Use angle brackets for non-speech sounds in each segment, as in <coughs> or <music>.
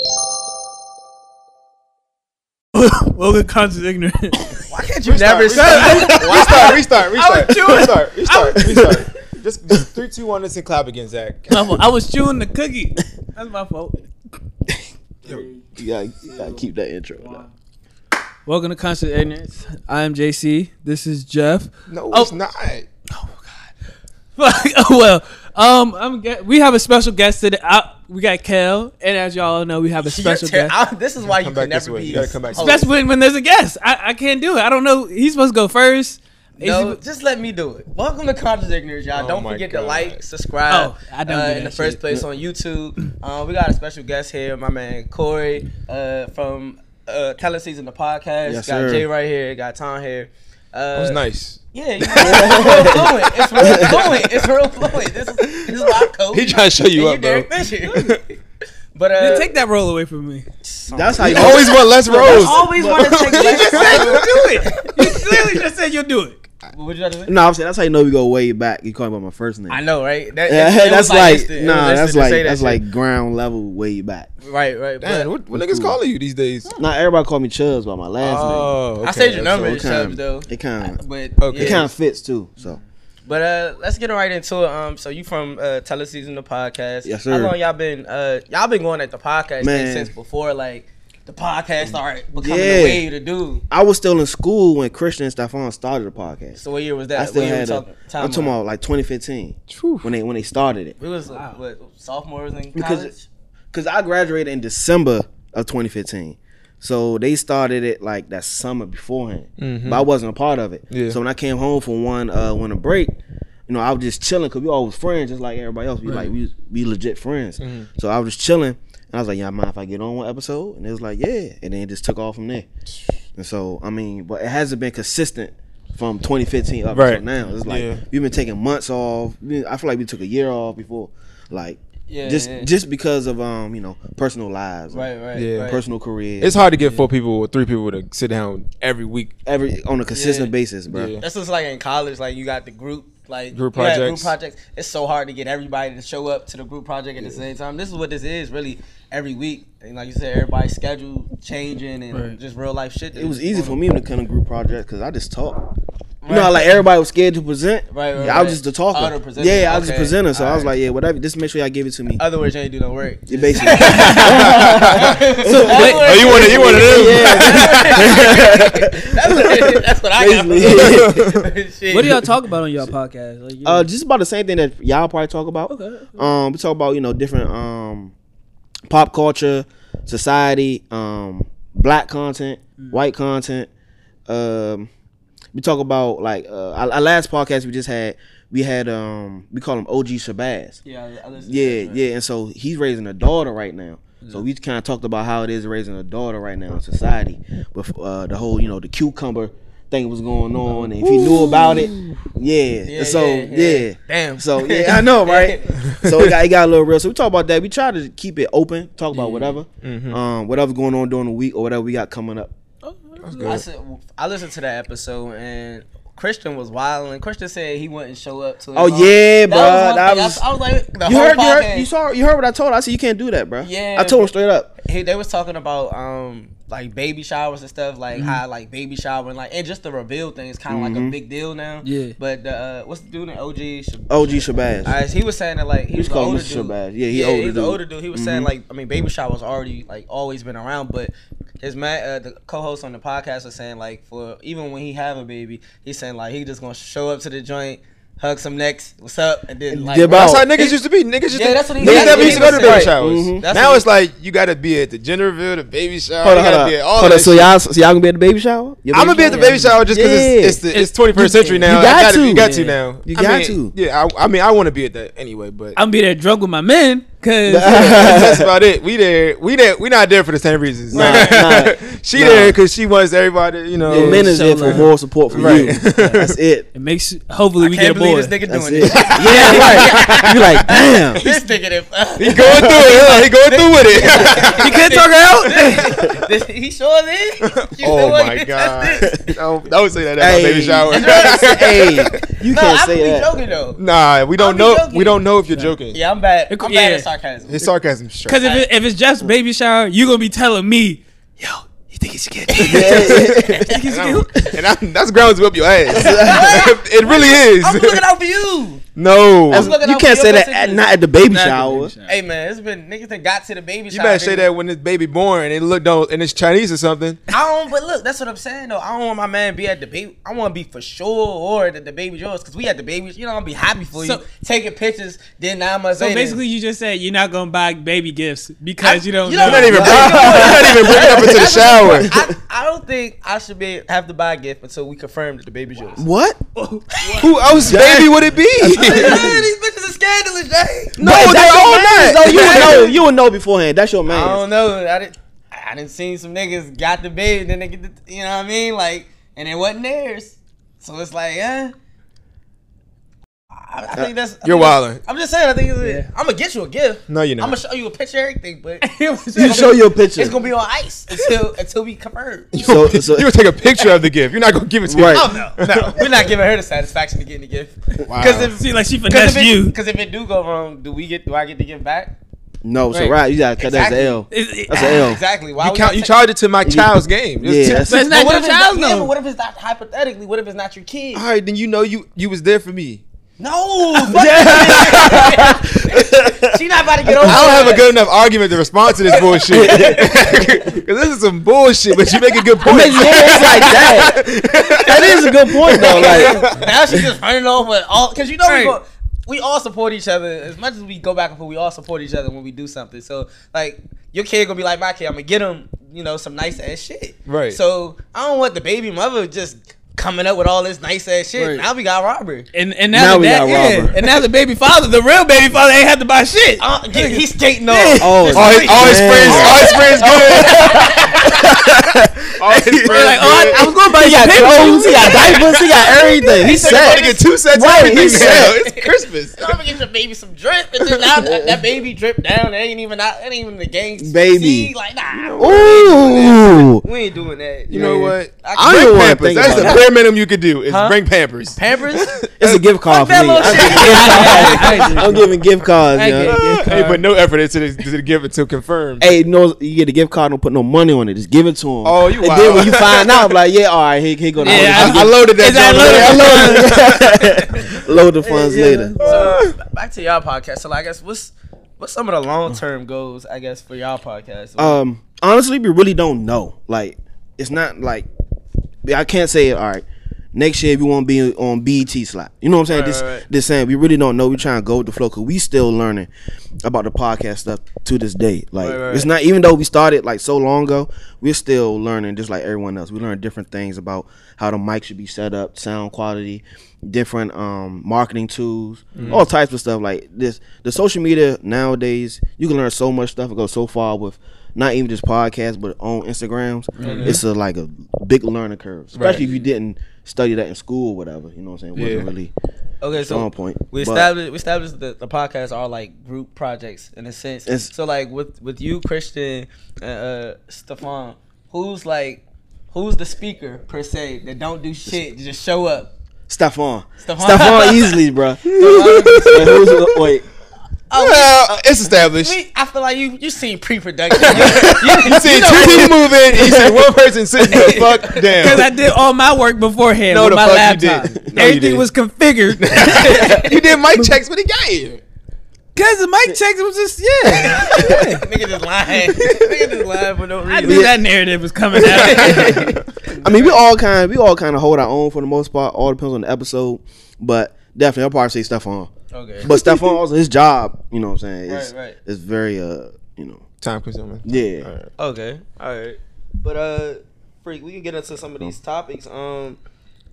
<laughs> Logan Content's ignorant. <laughs> Why can't you never restart, restart, restart, restart, I was restart, restart, restart, restart. Just, just three, two, one, let's clap again, Zach. I wa- I was chewing the cookie. That's my fault. You gotta, you gotta keep that intro. up. Welcome to Conscious Ignorance. I'm JC. This is Jeff. No, Oh. it's not. Fuck. <laughs> oh well. Um, I'm. Ge- we have a special guest today. I, we got Kel, and as y'all know, we have a special You're ter- guest. I- this is why you Come can back this never way. be. You gotta come back this Oh, way. That's when, when there's a guest. I, I can't do it. I don't know. He's supposed to go first. Is No, he- just let me do it. Welcome to Conscious Ignorance, y'all. Oh don't my forget to God. like, subscribe. Oh, I don't uh, do in the that first shit. place on YouTube. Uh, we got a special guest here, my man Corey uh, from uh, Talent Season the podcast. Yes, got sir. Jay right here. Got Tom here. Uh, It was nice. Yeah, you- it's real <laughs> fluent. It's real fluent. It's real fluent. This is this is my coach. He trying to show you and up, bro. you Derek <laughs> Fisher. But uh, Man, take that roll away from me. <laughs> That's how you Always want less I rows. <laughs> always want to take. You just said lessons. you'll do it. <laughs> You clearly just said you'll do it. What would you like to say? No, I'm saying that's how you know we go way back. You call me by my first name. I know, right? That, Yeah, it- it was that's like, instant. It was nah, that's instant to like say that that's shit. like ground level way <laughs> back. right, right. Damn, but what, what niggas calling you these days? Not everybody call me Chubbs by my last Oh, Hmm. I saved your name. number, So it Chubbs, kinda- though. It kind of But Okay. it yeah. kind of fits too. So but uh, let's get right into it. Um, so you from uh, Teleseason the podcast? Yes, How sir. long y'all been? Uh, y'all been going at the podcast thing Man. Mm. since before like the podcast started becoming the Yeah. way to do. I was still in school when Christian and Stephon started the podcast. So what year was that? I still What year had we a, talking- time I'm talking about? about like 2015 Whew. when they when they started it We was uh, what sophomores in Because- college. because I graduated in December of 2015. So they started it like that summer beforehand, but I wasn't a part of it. Mm-hmm. Yeah. So when I came home from one uh one a break, you know I was just chilling because we all was friends, just like everybody else. We like we we legit friends. Mm-hmm. So I was just chilling, and I was like, "Y'all mind if I get on one episode?" And it was like, "Yeah," and then it just took off from there. And so I mean, but it hasn't been consistent from 2015 up Right. until now. It's like Yeah. we've been taking months off. We- I feel like we took a year off before, like Yeah, just yeah. just because of um you know personal lives, Right, right, Yeah. right. personal careers. It's hard to get four people or three people to sit down every week. every on a consistent Yeah. basis, bro. Yeah. That's just like in college, like you got the group, like Group you got projects. group projects. It's so hard to get everybody to show up to the group project at the same time. This is what this is really every week. And like you said, everybody's schedule changing and Right. just real life shit. It was easy for me when it come to group projects because I just talk. You know, how, like everybody was scared to present. Right, right, Yeah, I right. was just the talker. Oh, the presenter. yeah, I was Okay. Uh, just presenter, so I was like, Alright. yeah, whatever. Just make sure y'all give it to me. Other words, you ain't do no work. Yeah, <laughs> basically, <laughs> so, wait- Oh, you want to? You want to? <laughs> <laughs> that's, what, that's what I got. from Basically. it. <laughs> Shit. What do y'all talk about on y'all podcast? Like, you uh, just about the same thing that y'all probably talk about. okay. Um, we talk about you know different um, pop culture, society, um, black content, Mm. white content. Um, we talk about like uh, our, our last podcast we just had. We had um, we call him OG Shabazz. Yeah, I- I listen to Yeah, that, yeah. And so he's raising a daughter right now. So we kind of talked about how it is raising a daughter right now in society with uh, the whole, you know, the cucumber thing was going on. And if he knew about it, yeah. Yeah, and so, yeah, yeah, yeah. Damn. <laughs> So, yeah, I know, right? so it got, it got a little real. So we talk about that. We try to keep it open, talk about whatever, um, whatever's going on during the week or whatever we got coming up. I, said, I listened to that episode and Christian was wild and Christian said he wouldn't show up to. his Oh, own- yeah, bro. That That was, one thing. I, was, I was like, the You whole heard, you podcast- heard, you saw, you heard what I told. her. I said you can't do that, bro. Yeah, I told but- him straight up. he, they was talking about um like baby showers and stuff like Mm-hmm. how like baby shower and like and just the reveal thing is kind of like a big deal now. Yeah. But the, uh, what's the dude in OG? Shab- OG Shabazz. Alright, he was saying that like he was the called older Mr. dude. Shabazz. Yeah, he older he's the dude. Mm-hmm. older dude. He was saying like I mean, baby shower's already like always been around, but his man, uh, the co-host on the podcast was saying like for even when he have a baby, he's saying like he just gonna show up to the joint, hug some necks, what's up, and then like dip bro, That's out. how niggas used to be. Niggas used Yeah, to, that's what he- niggas yeah, never yeah, used to go to that's baby right. showers. Mhm. That's Now what- it's like you gotta be at the gender reveal, the baby shower. Hold you on, gotta hold be at on. all Hold that on. So shit. y'all, so y'all gonna be at the baby shower? Your I'm gonna be at the baby shower just because Yeah. it's, it's the it's 21st century now. you I got gotta, to. you got to Yeah. now. You I got mean, to. Yeah, I, I mean, I want to be at that anyway, but I'm be there drunk with my men, cause <laughs> <laughs> that's about it. We there, we there, we not there for the same reasons. Nah, nah, <laughs> she nah. there because she wants everybody, you know. The men is there for Showtime. moral support for Right. you. <laughs> That's it. <laughs> it makes. Hopefully, we can't get believe bored. this nigga That's doing it. yeah, right. You like, <laughs> damn. <laughs> this. uh, He's thinking if. He going through it. Like, he going through with <laughs> it. You can't talk her out. <laughs> This- he sure is. <laughs> <laughs> You oh know what? my <laughs> That's god! it. Don't, don't say that at my baby <laughs> shower. hey, you No, can't I say be that. joking though. <laughs> Nah, we I'll don't be know. joking. We don't know if you're joking. Yeah, I'm bad. I'm It could- bad yeah. at sarcasm. His sarcasm. Sure. Cause if, it, if it's just baby shower, you gonna be telling me, yo, he think he should get think <laughs> he should And, get I'm- and I'm- that's grounds to whip your ass. <laughs> it really is. <laughs> I'm looking out for you. no, That's you looking you out can't for say your that best at, interest. not at the baby Not the shower. baby shower. Hey man, it's been niggas that got to the baby shower. better say nigga. that when this baby born and it look don't and it's Chinese or something. I don't. But look, that's what I'm saying though. I don't want my man to be at the baby. I want to be for sure or that the baby's yours because we at the baby. You know, I'm be happy for So- you taking pictures. Then nine months So later, basically, you just said you're not gonna buy baby gifts because I- you don't. you know. don't You're not <laughs> even bringing, you're not even bringing up into the shower. I, I don't think I should be have to buy a gift until we confirm that the <laughs> baby's yours. <laughs> What? Who else baby would it be? Yeah, these bitches are scandalous, Jay. no, But they're if that's your all man's, not. though, You would know. You would know beforehand. That's your I man. don't know. I didn't. I didn't see some niggas got the baby, then they get the. You know what I mean? Like, and it wasn't theirs. So it's like, eh. I, I think that's. I You're think that's- wildin'. I'm just saying. I think it's, I'm gonna get you a gift. No, you're I'm gonna not. show you a picture, everything, <laughs> but You show your picture. it's gonna be on ice until until <laughs> we confirm. So, so you would take a picture of the gift. You're not gonna give it to Right. me. Oh, no, no, we're not giving her the satisfaction of getting the gift. Wow. Because if See, like she because finessed if, you. it- <laughs> 'cause if it do go wrong, do we get? Do I get the gift back? no, so Right. right, you gotta cut that's the Exactly. L. It- it- That's an L. Exactly. Why you we count. gotta You take- charge it to my child's game. Yeah, <laughs> that's- But it's all not But what your if it's not, child yeah, but though. what if it's not hypothetically? What if it's not your kid? right, then you know you you was there for me. No, fuck that. she not about to get over. I don't have that. a good enough argument to respond to this bullshit. <laughs> Cause this is some bullshit, but you make a good point. Yeah, it's like <laughs> that. That is a good point though. Like, Now she just running off with all because you know Right. we, go, we all support each other as much as we go back and forth. We all support each other when we do something. So like your kid gonna be like my kid. I'm gonna get him you know some nice ass shit. Right. So I don't want the baby mother just coming up with all this nice ass shit. Right. Now we got robbery. And and Now now, we that got yeah, Robert. and now the baby father, the real baby father, ain't have to buy shit. <laughs> Uh, yeah, he's skating on. oh, all his, all his man. friends, all his friends good. <laughs> all his friends They're like, oh, I, I was going to buy He got you clothes, clothes. he got <laughs> diapers, he got everything. He's He's about to set. get two sets Right, of everything he's now. set. It's Christmas. I'm gonna get your baby some drip, and then now that, that baby drip down. It ain't even out. It ain't even the gang's Baby. See, like nah, Ooh, we ain't doing that. You know what? I don't Bring wanna Pampers. think That's the about bare minimum you could do is bring Pampers. <laughs> Pampers. it's a gift card for that me. little I'm shit. giving <laughs> gift cards. I'm giving gift cards, I get yo. it. gift Hey, card. put no effort into this, to give it to confirm. Hey, no, you get a gift card. Don't put no money on it. Just give it to him. Oh, you And wild. then when you find out, I'm like, yeah, all right, here, here go the Yeah, funds. I, I loaded that. Is that joint loaded? up. I loaded <laughs> Load the funds later. So back to y'all podcast. So I guess what's what's some of the long term goals? I guess for y'all podcast. Um, honestly, we really don't know. Like, it's not like I can't say it. All right, next year we won't be on BET slot. You know what I'm saying? Right, this, right, right. this saying we really don't know. We trying to go with the flow because we still learning about the podcast stuff to this day. Like, Right, right, it's not even though we started like so long ago, we're still learning just like everyone else. We learn different things about how the mic should be set up, sound quality, different um marketing tools, Mm-hmm. all types of stuff like this. The social media nowadays, you can learn so much stuff and go so far with not even just podcasts, but on Instagrams. Mm-hmm. It's a like a big learning curve, especially if you didn't study that in school or whatever. You know what I'm saying? It wasn't Yeah. really okay, so strong point. we but- established we established that the podcast are like group projects in a sense. It's- so like with with you, Christian, and uh, Stefan, who's like who's the speaker per se that don't do shit, just show up. <laughs> Stephon. Stephon. <laughs> Stephon easily, bro. <laughs> <laughs> wait, Oh, Well, it's established. We, I feel like you you seen pre production. <laughs> you, <laughs> You see two people moving, and you see one person sitting the fuck down. Because I did all my work beforehand No, with the my fuck you laptop. didn't. No, you Everything didn't. was configured. <laughs> you did mic checks, but <laughs> he got you. Because the mic checks was just, yeah. nigga just lying. nigga just lying for no I reason. knew that narrative was coming out. I mean, we all kind, we all kind of hold our own for the most part. All depends on the episode, but definitely, I'll probably say Stephon. Okay. But Stephon also his job, you know what I'm saying? Is, Right, right. is very uh, you know, Time consuming. yeah. Okay. All right. But uh, freak, we can get into some of these topics. Um,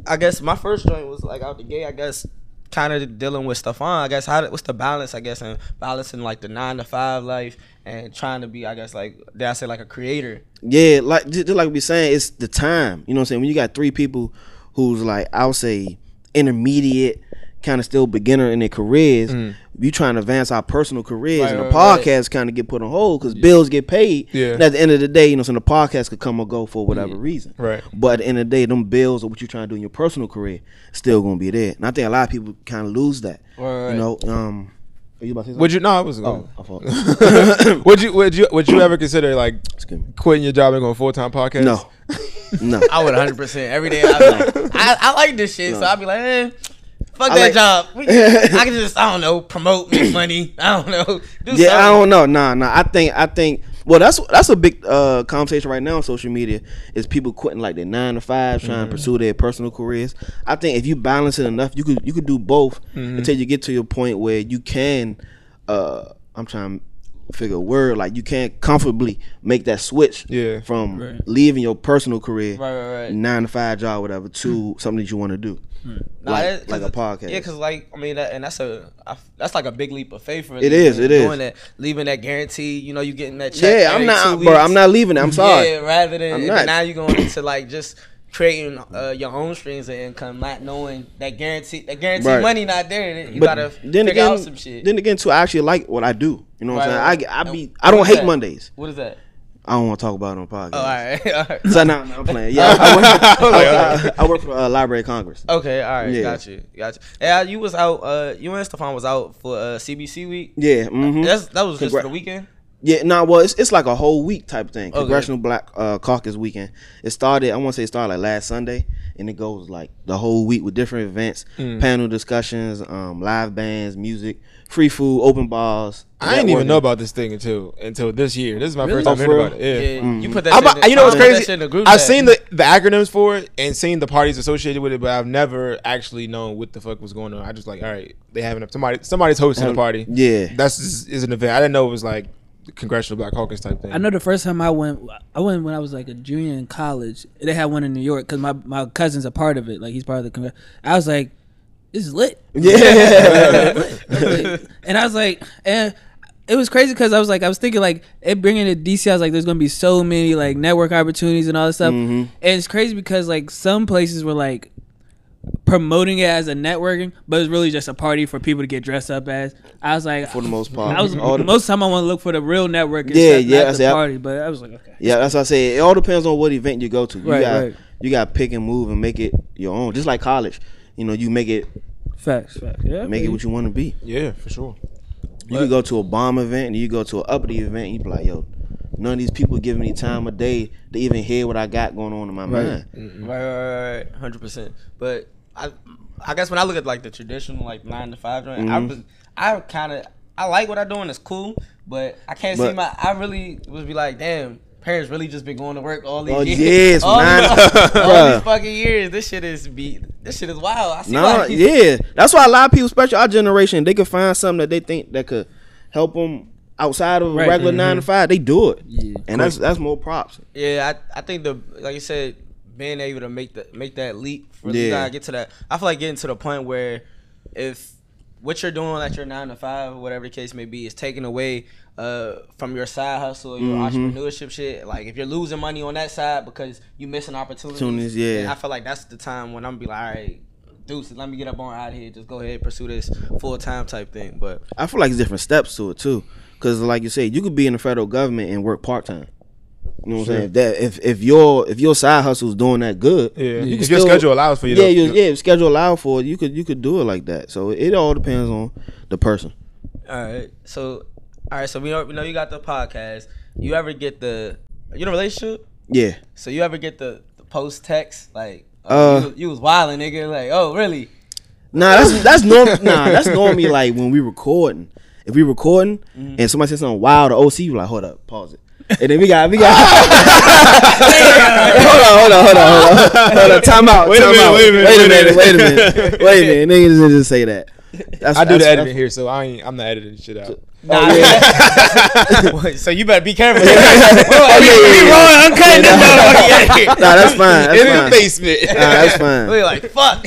I guess my first joint was like out the gate. I guess kind of dealing with Stefan. I guess how did- what's the balance? I guess and balancing like the nine to five life and trying to be. I guess like did I say like a creator? Yeah, like just, just like we saying, it's the time. You know what I'm saying? When you got three people who's like, I would say intermediate, kind of still beginner in their careers, you trying to advance our personal careers and the Mm. right, right. podcast kind of get put on hold because bills get paid. Yeah. And at the end of the day, you know, so the podcast could come or go for whatever Mm. reason. Right. But at the end of the day, them bills or what you're trying to do in your personal career still gonna be there. And I think a lot of people kind of lose that. Right, right. You know, um, Are you about to say Would you? No, I was. Oh, Going. I <laughs> thought. <coughs> <laughs> would you? Would you? Would you ever consider like Excuse me. quitting your job and going full time podcast? <laughs> No. No. <laughs> I would 100 percent every day. I'd be like, I, I like this shit, so I'd be like, eh, fuck I that like- <laughs> job. We- I can just I don't know <coughs> promote, make money. I don't know. <laughs> Do Yeah, I don't something. know. Nah, nah. I think I think well that's that's a big uh conversation right now on social media is people quitting like their nine to five, trying Mm-hmm. to pursue their personal careers. I think if you balance it enough, you could you could do both Mm-hmm. until you get to your point where you can uh I'm trying to figure a word, like you can comfortably make that switch Yeah. from Right. leaving your personal career Right, Hmm. right, right. nine to five job, whatever, to something that you want to do. Nah, Like, that- like a 'cause- podcast. Yeah, because like I mean, that, and that's a I, that's like a big leap of faith for It is, it is. doing that, leaving that guarantee. You know, you getting that check. yeah, I'm every not two bro, weeks. I'm not leaving it. I'm sorry. <laughs> Yeah, rather than I'm and not. now you're going <coughs> into like just creating uh, your own streams of income, not knowing that guarantee that guaranteed Right. money not there. then You gotta then figure again, out some shit. Then again, too, I actually like what I do. You know what Right, I'm saying? right. I, I And be I don't what is hate that? Mondays. what is that? I don't want to talk about it on podcast. Oh, all right, <laughs> all right. So now I'm playing. <laughs> Yeah, I work, I, I- I work for uh, Library of Congress. Okay, all right, Yeah. got you, got you. Yeah, you was out. Uh, you and Stefan was out for uh, CBC week. Yeah, hmm That's that was just Congra- for the weekend. yeah. Nah, well, it's, it's like a whole week type thing. Congressional Black uh, Caucus Weekend. It started. I want to say it started like last Sunday, and it goes like the whole week with different events, Hmm. panel discussions, um, live bands, music, free food, open bars. I didn't even networking. know about this thing until until this year. This is my Really? first time Oh, hearing for about real? it. Yeah. Yeah, you put that. I'm shit in a- the- you know what's I put that crazy? shit in the group I've chat. seen the, the acronyms for it and seen the parties associated with it, but I've never actually known what the fuck was going on. I just like, all right, they having a, somebody somebody's hosting a party. yeah. that's is, is an event. I didn't know it was like the Congressional Black Caucus type thing. I know the first time I went, I went when I was like a junior in college. They had one in New York because my, my cousin's a part of it. Like he's part of the. Congre- I was like, this is <laughs> lit. <laughs> <laughs> Yeah. and I was like, and it was crazy because I was like, I was thinking like it bringing it to DC. I was like, there's gonna be so many like network opportunities and all this stuff. Mm-hmm. And it's crazy because like some places were like promoting it as a networking, but it's really just a party for people to get dressed up as. I was like, for the most part, I was All the- most time I want to look for the real networking. Yeah, stuff, yeah, not the see, I- party. But I was like, okay. Yeah, that's what I say. It all depends on what event you go to. You Right, got right. you got pick and move and make it your own. Just like college, you know, you make it Facts, facts. Yeah, make it what you want to be. <laughs> yeah, for sure. You can go to a bomb event and you go to an uppity event. And you be like, yo, none of these people giving me time of day to even hear what I got going on in my mind. Right, right, right, hundred percent. But I, I guess when I look at like the traditional like nine to five joint, I was, I kind of, I like what I'm doing. It's cool, but I can't see But- my. I really would be like, damn, parents really just been going to work all these Oh, yes, years. <laughs> all, man. these, all these Bruh. fucking years. This shit is be. This shit is wild. I see No, why. yeah, that's why a lot of people, especially our generation, they could find something that they think that could help them outside of a Right. Mm-hmm. regular nine to five. They do it, Yeah. and that's that's more props. Yeah, I, I think the like you said, being able to make the make that leap really Yeah. gotta get to that. I feel like getting to the point where if what you're doing at your nine to five, whatever the case may be, is taken away uh, from your side hustle, your Mm-hmm. entrepreneurship shit. Like if you're losing money on that side because you missing opportunities, Opportunities, yeah. then I feel like that's the time when I'm gonna be like, all right, deuces, let me get up on out here, just go ahead and pursue this full time type thing. But I feel like it's different steps to it too, because like you said, you could be in the federal government and work part time. You know what I'm saying? If that if if your if your side hustle's doing that good, Yeah, you because can your still- schedule allows for you. yeah, to, you, yeah, if schedule allowed for it, you could you could do it like that. So it all depends on the person. All right. So, all right. So we know we know you got the podcast. You ever get the are you in a relationship? Yeah, So you ever get the, the post text like Uh. oh, you, you was wilding nigga like oh <laughs> really nah, that's that's normal. <laughs> Nah, that's normally like when we recording. If we recording Mm. and somebody says something wild or OC, you like hold up, pause it. And then we got we got <laughs> hold on, hold on, hold on, hold on, hold on. Time out. Wait a time minute, out. wait a minute, Wait a minute. Wait a minute. Wait a minute. Niggas didn't just say that. That's, I do that's- the editing here, so I ain't, I'm not editing shit <laughs> out. nah. <laughs> so you better be <laughs> careful. Oh, yeah, yeah, yeah. uncut Yeah, Nah, that's fine. That's in the fine. basement. Nah, that's <laughs> we fine. like fuck.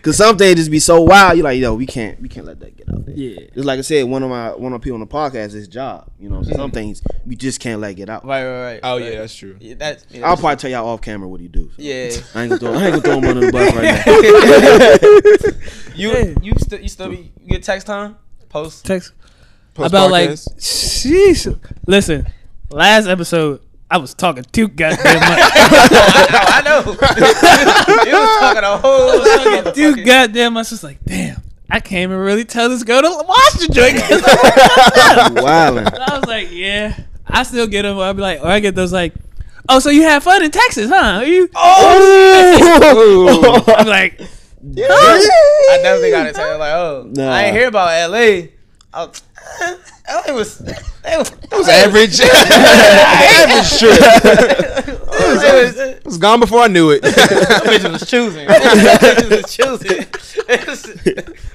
Cause some things just be so wild. You're like, yo, we can't, we can't let that get out there. Yeah. Just like I said, one of my one of the people on the podcast is his job. You know, so some things we just can't let get out. right, right, right. Oh yeah, that's true. Yeah, that's yeah, I'll probably tell y'all off camera what he do. so. yeah. I ain't gonna throw, I ain't gonna throw him under the bus right now. <laughs> You you still you still be, you get text time post. <laughs> text Post about like, podcast. sheesh. Listen, last episode I was talking too goddamn <laughs> much, Oh, I know. <laughs> I know. you was talking a whole lot of too <laughs> motherfucking- goddamn much. It's like, damn, I can't even really tell this girl to watch the joint. <laughs> 'cause <laughs> <laughs> Wildin'. I was like, yeah. I still get them. I'll be like, or I get those like, oh, so you had fun in Texas, huh? You, <laughs> Oh, <laughs> I'm like, I definitely gotta tell you, like, oh, Nah. I ain't hear about LA. I was, LA was, <laughs> it was, it was Average, average trip. It It was gone before I knew it. was, bitch was choosing. <laughs> Bitch was choosing. It was-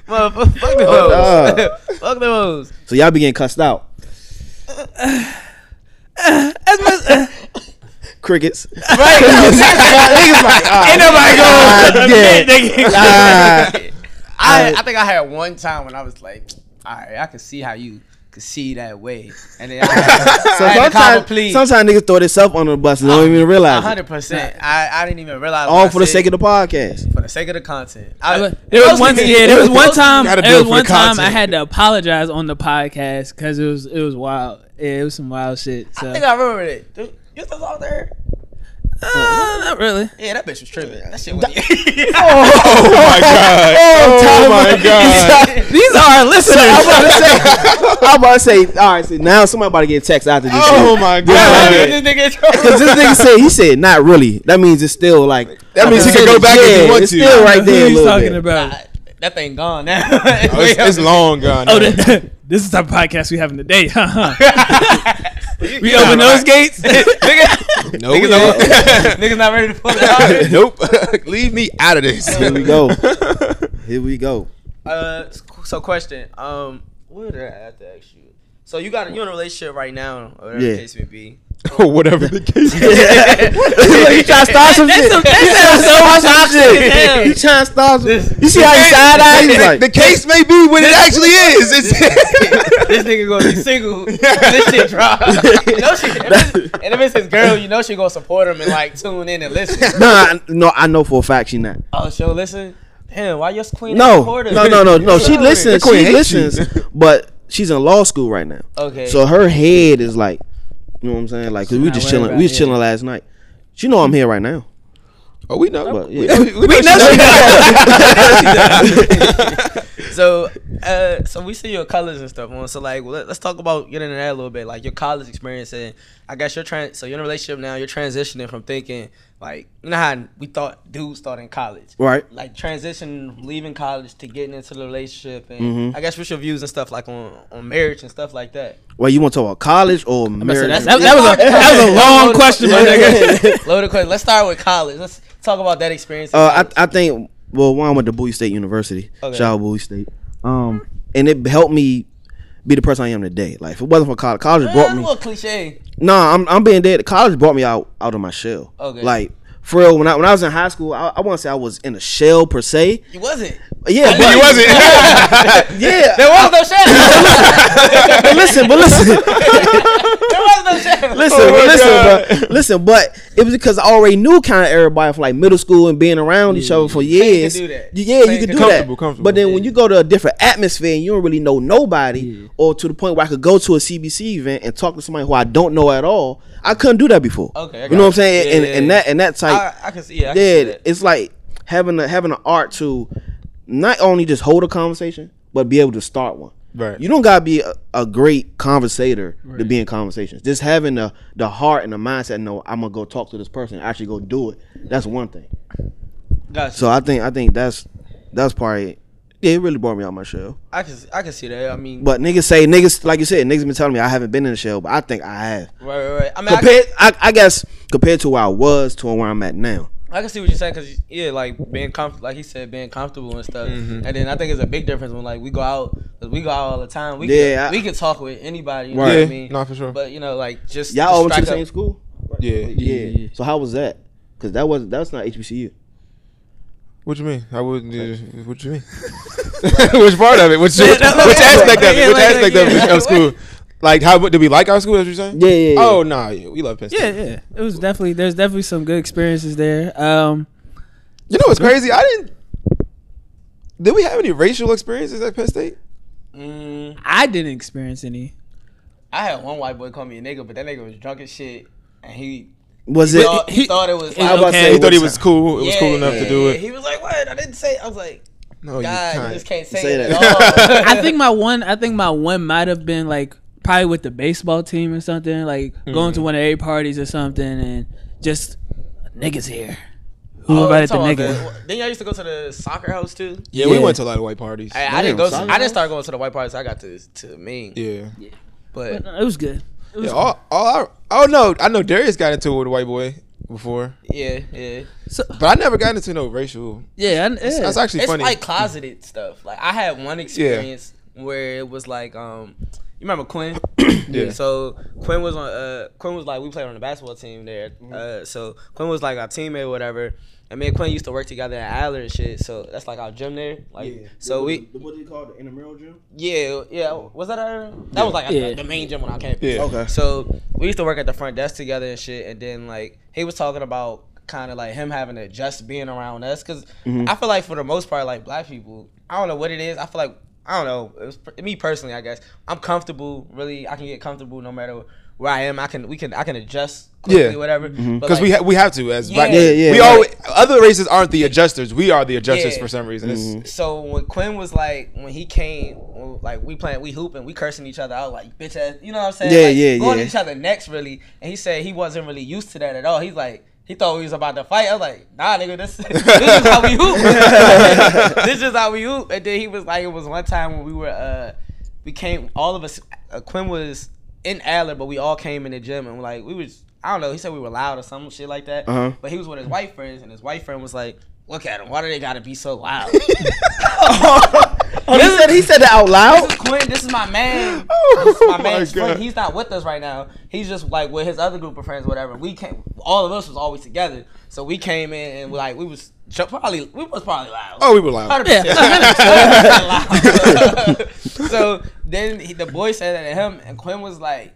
Motherfucker, fuck the Oh, nah. hoes. <laughs> Fuck the hoes. So y'all be getting cussed out. that's my, <laughs> uh, <laughs> Crickets. ain't <laughs> nobody God going. <laughs> damn. Ah. I, I think I had one time when I was like, all right, I can see how you could see that way, and then I had, <laughs> So I had to cop a sometimes, plea. sometimes niggas throw themselves under the bus and don't even realize it. hundred percent. I, I didn't even realize. All what I for the said, sake of the podcast. for the sake of the content. I, There was one, yeah, <laughs> there was one time. Gotta do There it was for one the time I content. had to apologize on the podcast because it was it was wild. Yeah, it was some wild shit. So I think I remember it. Dude, you was out there. Uh, not really. Yeah, that bitch was tripping. That shit was. <laughs> <laughs> Oh my god. Oh, my god. <laughs> These are our I'm listeners. about to say, I'm about to <laughs> say, all right, see, now somebody about to get text after this. Oh my Yeah. god. This nigga is- Because this nigga said, he said, not really. That means it's still like. That means he can go back yeah, if he wants it's to. still right Who there. a you little talking bit. about? that thing gone <laughs> now. Oh, it's, it's <laughs> long gone. Oh, <laughs> that, <laughs> this is the type of podcast we having today. <laughs> huh? we You open know, those right. <laughs> gates. Nigga, no, niggas, we not- <laughs> niggas not ready to fuck <laughs> <laughs> out. nope. Leave me out of this. Here we go. Here we go. Uh, so question. Um, what did I have to ask you? So you got you're in a relationship right now, or whatever Yeah. the case <laughs> may be. Or <laughs> whatever the case. Is. you trying to start some shit. damn. You trying to start some This- You see how he side eye? He's like, the case may be what it actually is. It's this nigga gonna be <laughs> single. when this shit drop. You know she, if it's- and if it's his girl, you know she gonna support him <laughs> and like tune in and listen. no, I, no, I know for a fact she not. Oh, she'll listen. Damn, why your queen? ain't No, supportive? no, no, no, no. She Sorry. listens. queen She hates you. listens, but she's in law school right now. Okay. So her head is like, you know what I'm saying? Like, 'cause we not just worried chilling. about We was it. chilling last night. She know I'm here right now. <laughs> oh, we know. But, We yeah. know, <laughs> we know she <laughs> so uh so we see your colors and stuff on so like well, let- let's talk about getting into that a little bit like your college experience and i guess you're trying so you're in a relationship now you're transitioning from thinking like you know how we thought dudes start in college Right. like transition leaving college to getting into the relationship and Mm-hmm. i guess what's your views and stuff like on on marriage and stuff like that Well, you want to talk about college or marriage? That, that was a that was a <laughs> long question, my nigga. <laughs> loaded question let's start with college let's talk about that experience in Uh, college. I, I think well, one I went to Bowie State University. Okay. Shout out Bowie State. Um, and it helped me be the person I am today. Like if it wasn't for college, college Eh, brought a me. little cliche Nah, I'm I'm being dead. College brought me out out of my shell. Okay. Like for real, when I when I was in high school, I, I want to say I was in a shell per se. <laughs> you wasn't Yeah, but He <laughs> wasn't. <laughs> <laughs> yeah. there was <laughs> no shadow but listen, but <laughs> listen. there was no shadow Listen, Oh my listen, God. bro. Listen, but it was because I already knew kind of everybody from like middle school and being around each other for years. do that. Yeah, Playing you can do comfortable, that. comfortable. But then when you go to a different atmosphere and you don't really know nobody, or to the point where I could go to a CBC event and talk to somebody who I don't know at all, I couldn't do that before. Okay, I you got know what you. I'm saying? Yeah, and, yeah, and yeah. that and that type I, I can see. Yeah, I can see yeah, that. it's like having a, having an art to not only just hold a conversation, but be able to start one. Right. You don't gotta be a, a great conversator to be in conversations. Just having the the heart and the mindset. No, I'm gonna go talk to this person. and Actually, go do it. That's one thing. Gotcha. So I think I think that's that's probably yeah. It really brought me out my shell. I can I can see that. I mean, But niggas say niggas like you said niggas been telling me I haven't been in the shell, but I think I have. right, right, right. I mean, I can, Compared, I, I guess compared to where I was to where I'm at now. I can see what you're saying because yeah, like being comfortable, like he said, being comfortable and stuff. Mm-hmm. And then I think it's a big difference when like we go out, 'cause we go out all the time. We Yeah, can, I- we can talk with anybody. You know Right. what Yeah, I mean? nah, for sure. But you know, like just Y'all all went to the just same strike school. yeah. Yeah. So how was that? Because that was that's not HBCU. What you mean? I wouldn't. Uh, what you mean? <laughs> which part of it? <laughs> Which which, no, which yeah, aspect of yeah, it? Which like, aspect like, of, yeah. of school? Like, how mu- did we like our school? As you saying? Yeah, yeah, yeah. Oh no, nah, yeah, we love Penn State. Yeah, yeah. It was definitely there's definitely some good experiences there. Um, You know what's crazy? I didn't. Did we have any racial experiences at Penn State? up. Mm, I didn't experience any. I had one white boy call me a nigga, but that nigga was drunk as shit, and he Was he, it? thought, he, thought it was he- like, I was about to He say, thought he was cool. It was Yeah, cool enough yeah, to do yeah. it. He was like, "What? I didn't say." I was like, No, God, you you can't. just can't say, Say it that. at <laughs> all. I think my one, I think my one might have been like probably with the baseball team or something, like going to one of their parties or something, and just niggas here. Who Oh, invited the talking about niggas? the- Then y'all used to go to the soccer house too. Yeah, we Yeah. went to a lot of white parties. I, I Damn, didn't go. To, soccer I house? didn't start going to the white parties. I got to to Ming. yeah. But It was good. It was Yeah, all, all I, oh no, I know Darius got into it with a white boy before, yeah, yeah. so, but I never got into no racial. yeah, I, yeah. That's actually It's funny. like closeted stuff. Like I had one experience where it was like, um, you remember Quinn? <coughs> Yeah. So Quinn was on. Uh, Quinn was like we played on the basketball team there. Mm-hmm. Uh, so Quinn was like our teammate, or whatever. And me and Quinn used to work together at Adler and shit. So that's like our gym there. Like, so we. what do you call the intramural gym? Yeah, yeah. Was that our? That was like Yeah. the main gym when I came. Yeah. Okay. So we used to work at the front desk together and shit, and then like he was talking about kind of like him having to adjust being around us, because Mm-hmm. I feel like for the most part, like black people, I don't know what it is. I feel like I don't know. It was, per- me personally, I guess I'm comfortable. Really, I can get comfortable no matter where I am. I can we can I can adjust quickly, Yeah. whatever. But, Because we like, ha- we have to as black. Yeah, yeah, We yeah. always other races aren't the adjusters. We are the adjusters Yeah. for some reason. It's, Mm-hmm. So when Quinn was like, when he came, when, like we playing, we hooping, we cursing each other out, like bitch ass, you know what I'm saying? Yeah, Like, yeah, Going yeah. at each other next, really. And he said he wasn't really used to that at all. He's like, he thought we was about to fight. I was like, nah, nigga, this, <laughs> this is how we hoop. <laughs> this is how we hoop. And then he was like, it was one time when we were, uh, we came, all of us. Uh, Quinn was in Adler, but we all came in the gym and like we was. I don't know. He said we were loud or some shit like that. Uh-huh. But he was with his white friends, and his white friend was like, "Look at him. Why do they gotta be so loud?" Oh, he said he said that out This loud. is Quinn. This is my <laughs> man. Oh, This is my my man's friend. God. He's not with us right now. He's just like with his other group of friends, whatever. We came. All of us was always together. So we came in and like we was ju- probably we was probably loud. Oh, we were loud. 100%. Yeah. 100% loud. <laughs> so then he, the boy said that to him, and Quinn was like,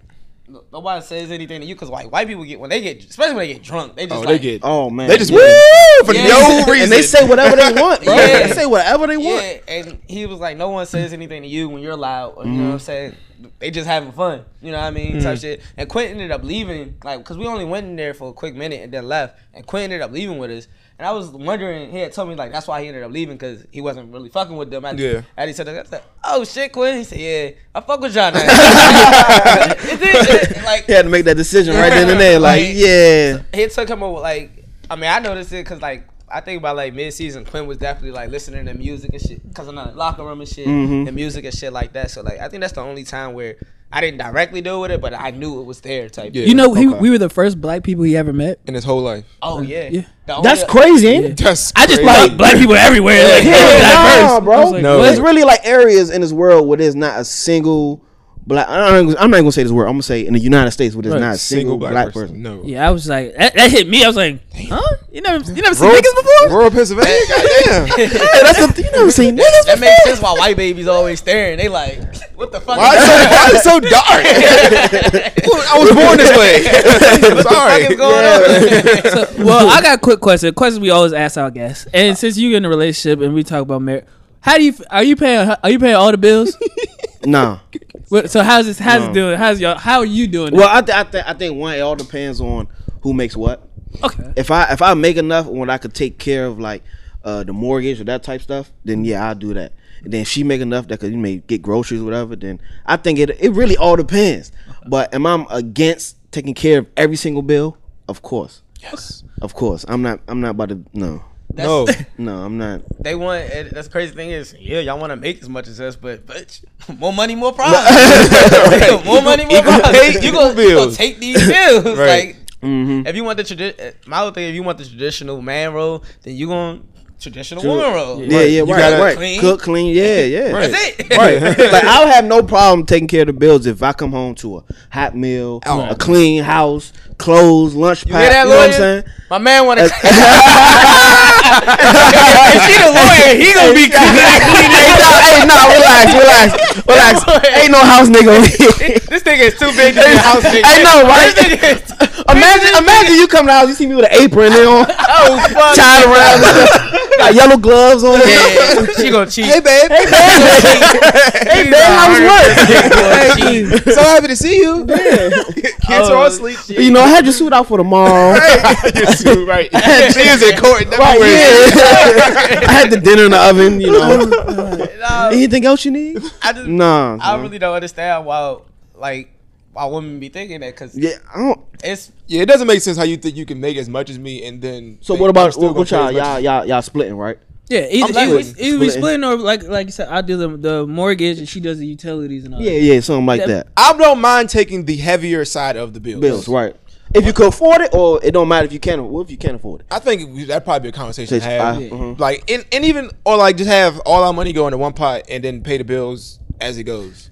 "No- "Nobody says anything to you because like white people get when they get, especially when they get drunk, they just Oh, they like, get Oh man, they just Yeah. woo for Yeah. no reason. <laughs> and they say whatever they want, bro. Yeah. They say whatever they want. <laughs> yeah." And he was like, "No one says anything to you when you're loud, or, you know what Mm-hmm. I'm saying? They just having fun, you know what I mean? Type shit." And Quinn ended up leaving, like, because we only went in there for a quick minute and then left. And Quinn ended up leaving with us. And I was wondering, he had told me like that's why he ended up leaving because he wasn't really fucking with them. At Yeah. And he said, that. I said, "Oh shit, Quinn." He said, "Yeah, I fuck <laughs> with y'all now." <laughs> it did, it, like he had to make that decision right then and there. Like, Like- yeah, it took him a, like I mean I noticed it because like I think about like mid season Quinn was definitely like listening to music and shit because in the locker room and shit Mhm. and music and shit like that so like I think that's the only time where I didn't directly deal with it but I knew it was there type <laughs> Yeah. you know, he, Okay. we were the first black people he ever met. in his whole life. oh yeah, Yeah. The only- that's crazy. Ain't it? That's I just crazy. like black people everywhere. Like, Yeah, nah, black first. I bro. was like, No. what? There's really like areas in this world where there's not a single black. I'm not, I'm not gonna say this word. I'm gonna say in the United States where there's Right. not a single, black, person. No. Yeah, I was like, that, that hit me. I was like, huh? You never, you never seen Rural, niggas before? rural <laughs> Pennsylvania. Goddamn. Hey, that's the thing. You never seen niggas. that makes sense why white babies always staring they like what the fuck Why is is so, why is so dark? I was born this <laughs> way. I'm Sorry. fuck is going on? <laughs> So, well, I got a quick question. Questions we always ask our guests. And since you in a relationship and we talk about marriage, how do you f- are you paying are you paying all the bills? <laughs> Nah. What- so how's this how's No. it doing? How's y'all how are you doing? Well, I, th- I, th- I think one. It all depends on who makes what. it? okay. If I if I make enough when I could take care of like uh, the mortgage or that type stuff, then yeah, I'll do that. And then if she make enough that could you may get groceries or whatever, then I think it it really all depends. But am I against taking care of every single bill? Of course. Yes. Of course. I'm not I'm not about to no. No. <laughs> No, I'm not. they want and that's the crazy thing is yeah y'all want to make as much as us but <laughs> bitch more <laughs> money more problems <laughs> more money more Equal problems pay, you equal gonna, you gonna bills. take these <laughs> bills Right. like if you want the tradition my whole thing if you want the traditional man role then you gonna traditional woman role Yeah, yeah, You right, gotta right. clean. Cook, clean, yeah, yeah. Right. that's it Right. like I'll have no problem taking care of the bills if I come home to a hot meal, Oh. a clean house, clothes, lunch pack. You, hear that, know what I'm lawyer? saying? my man want to <laughs> if <laughs> she the lawyer he gonna be hey, no, hey, no, relax, relax, relax. <laughs> Ain't no house nigga over here. <laughs> this thing is too big to be a house nigga I know, right? This nigga is- <laughs> imagine, imagine you come to the house, you see me with an apron and on, Oh fuck! tied around, with stuff, got yellow gloves on. <laughs> Yeah, she gonna cheat. Hey, babe. Hey, Hey, man, how <laughs> was work? Hey, so happy to see you. Cancer Oh, or sleep. <laughs> You know, I had your suit out for <laughs> tomorrow. You're too <laughs> right. She is in court. Don't Right, worry. yeah. I had the dinner in the oven, you <laughs> know. Nah, Anything else you need? I just, Nah. I Mm-hmm. son. really don't understand why, like, why women be thinking that because Yeah, I don't. it's Yeah, it doesn't make sense how you think you can make as much as me and then. So think what I'm about still what, gonna what pay y'all as much y'all as- y'all y'all splitting right? Yeah, either, like either, splitting. either we Splitting. splitting or like like you said, I do the, the mortgage and she does the utilities and all. Yeah, that. yeah, something like that. I don't mind taking the heavier side of the bills. Bills, right? If you could afford it, or it don't matter if you can't. What if you can't afford it? I think we- that'd probably be a conversation to Say, have. I- mhm. Like, and, and even, or like just have all our money go into one pot and then pay the bills as it goes.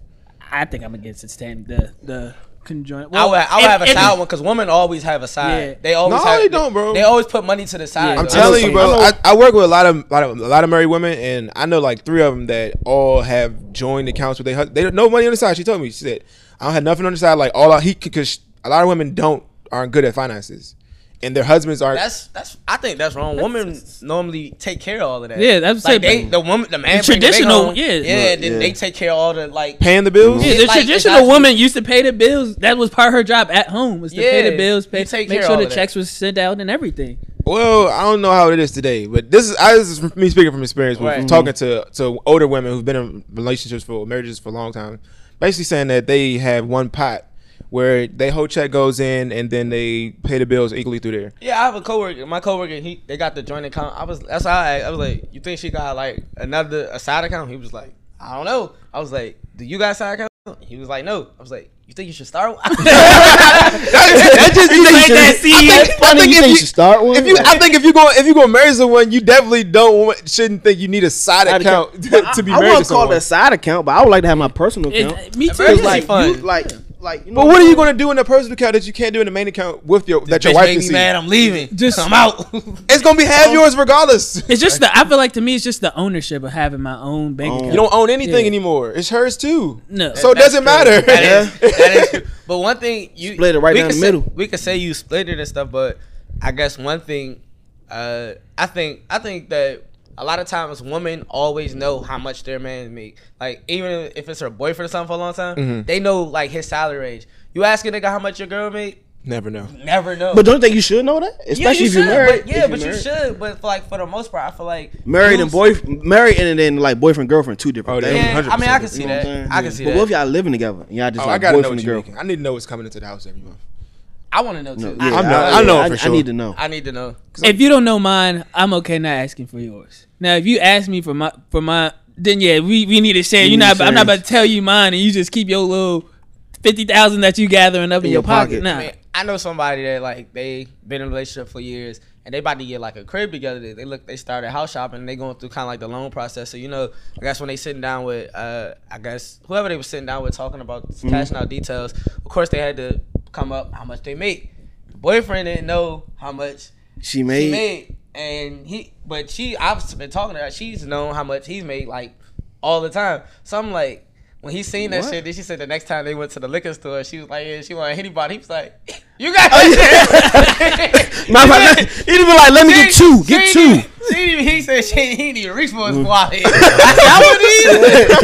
I think I'm against it. Stand the the conjoint. I would, I would if- have a if- side one because women always have a side. Yeah. They always No, have, they don't, bro. They always put money to the side. Yeah. I'm though. telling some- you, bro. I I, I work with a lot of, lot of a lot of married women, and I know like three of them that all have joined accounts with their husband. They don't no money on the side. She told me she said I don't have nothing on the side. Like all I, he because a lot of women don't aren't good at finances, and their husbands aren't. That's that's. I think that's wrong. Women normally take care of all of that. Yeah, that's like what I'm they, saying. the woman, the man, The bring the big traditional- home, yeah. yeah. Then Yeah. they take care of all the like. paying the bills. Yeah, It's the like- it's traditional actually- woman used to pay the bills. That was part of her job at home was to pay Yeah, the bills, pay, you take make care of sure all the of that. checks was sent out and everything. Well, I don't know how it is today, but this is, I, this is me speaking from experience. We're Right. talking to to older women who've been in relationships for marriages for a long time, basically saying that they have one pot where their whole check goes in, and then they pay the bills equally through there. Yeah, I have a coworker. My coworker, he they got the joint account. I was that's how I, I was like, you think she got like another a side account? He was like, I don't know. I was like, do you got a side account? He was like, no. I was like, you think you should <laughs> start? one?" <laughs> that just you think think that- that, see, that's funny, you think you should start one? If you, I think if you go if you go marry someone, you definitely don't want, shouldn't think you need a side Side account, <laughs> to be I married want to to call someone. it a side account, but I would like to have my personal It- account. me too. It's It's like fun. you, like like. You know But what are you gonna do in a personal account that you can't do in the main account with your that your Bitch wife made can me see? mad. I'm leaving. Just- Just I'm out. It's gonna be half yours <laughs> regardless. It's just the. I feel like to me, it's just the ownership of having my own bank Own. account. You don't own anything Yeah. anymore. It's hers too. No. So it That's Oh, doesn't true. matter. <laughs> That is- that is true. But one thing you Split it right we down could the say- middle. we could say you split it and stuff, but I guess one thing, uh, I think I think that a lot of times women always know how much their man make. Like even if it's her boyfriend or something for a long time, Mm-hmm. they know like his salary range. You ask a nigga how much your girl made, Never know. never know. But don't you think you should know that, especially yeah, you if you're should. married? But, yeah, if but you're you should. But for like for the most part, I feel like Married and dudes- boy, married and then like boyfriend girlfriend, two different Oh, things. yeah. Yeah, I mean, I 100%, can see You know what I'm saying? that. I can see but that. what if y'all living together? and Y'all just Oh, like I gotta know boyfriend what and you're girlfriend. making. I need to know what's coming into the house every month. I want to know too. No, yeah, I'm I- not- I, I know I, for I sure. need to know. I need to know. If you don't know mine, I'm okay not asking for yours. Now, if you ask me for my for my, then yeah, we, we need to share. We You need not. to I'm not share. about to tell you mine, and you just keep your little fifty thousand that you gathering up in, your, your pocket. pocket. Nah, I mean, I know somebody that like they been in a relationship for years and they about to get like a crib together. They, they look, they started house shopping. and They going through kind of like the loan process. So you know, I guess when they sitting down with, uh, I guess whoever they were sitting down with talking about cashing out details. Of course, they had to come up how much they make. Boyfriend didn't know how much She she made. made, and he, but she, I've been talking to her. She's known how much he's made like all the time. So I'm like. When he seen that What? shit, then she said the next time they went to the liquor store, she was like, "Yeah, she want to hit anybody." He was like, <laughs> "You got that <laughs> shit." Oh, My, my, he'd be like, "Let me get She- two, she get ain't two. even- She ain't even, he said she ain't, he ain't even reach for his wallet. <laughs> I said, <laughs>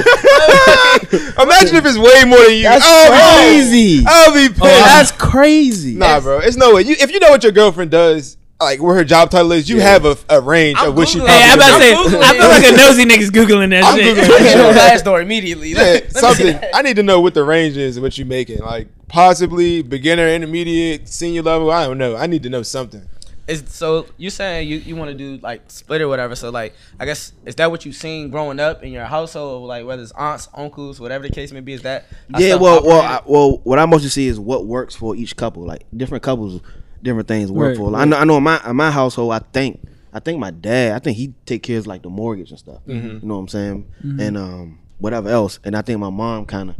"I wouldn't either." Imagine if it's way more than you. That's I'll be- crazy. I'll be pissed. That's crazy. nah, bro. It's no way. You, if you know what your girlfriend does, like where her job title is, you have a, a range I'm of what she Googling. probably. hey, I'm about to say. I'm I feel like a <laughs> nosy nigga's googling that I'm shit. Googling. I hit on Glassdoor immediately. Yeah, <laughs> Let me see something. that. I need to know what the range is, of what you making, like possibly beginner, intermediate, senior level. I don't know. I need to know something. Is so you saying you, you want to do like split or whatever? So like I guess is that what you seen growing up in your household? Like whether it's aunts, uncles, whatever the case may be, is that how Yeah, stuff well, well, I, operated? well. What I mostly see is what works for each couple. Like different couples, different things work Right, for. I know, I know. In my in my household, I think, I think my dad, I think he take care of like the mortgage and stuff. You know what I'm saying? And um, whatever else. And I think my mom kind of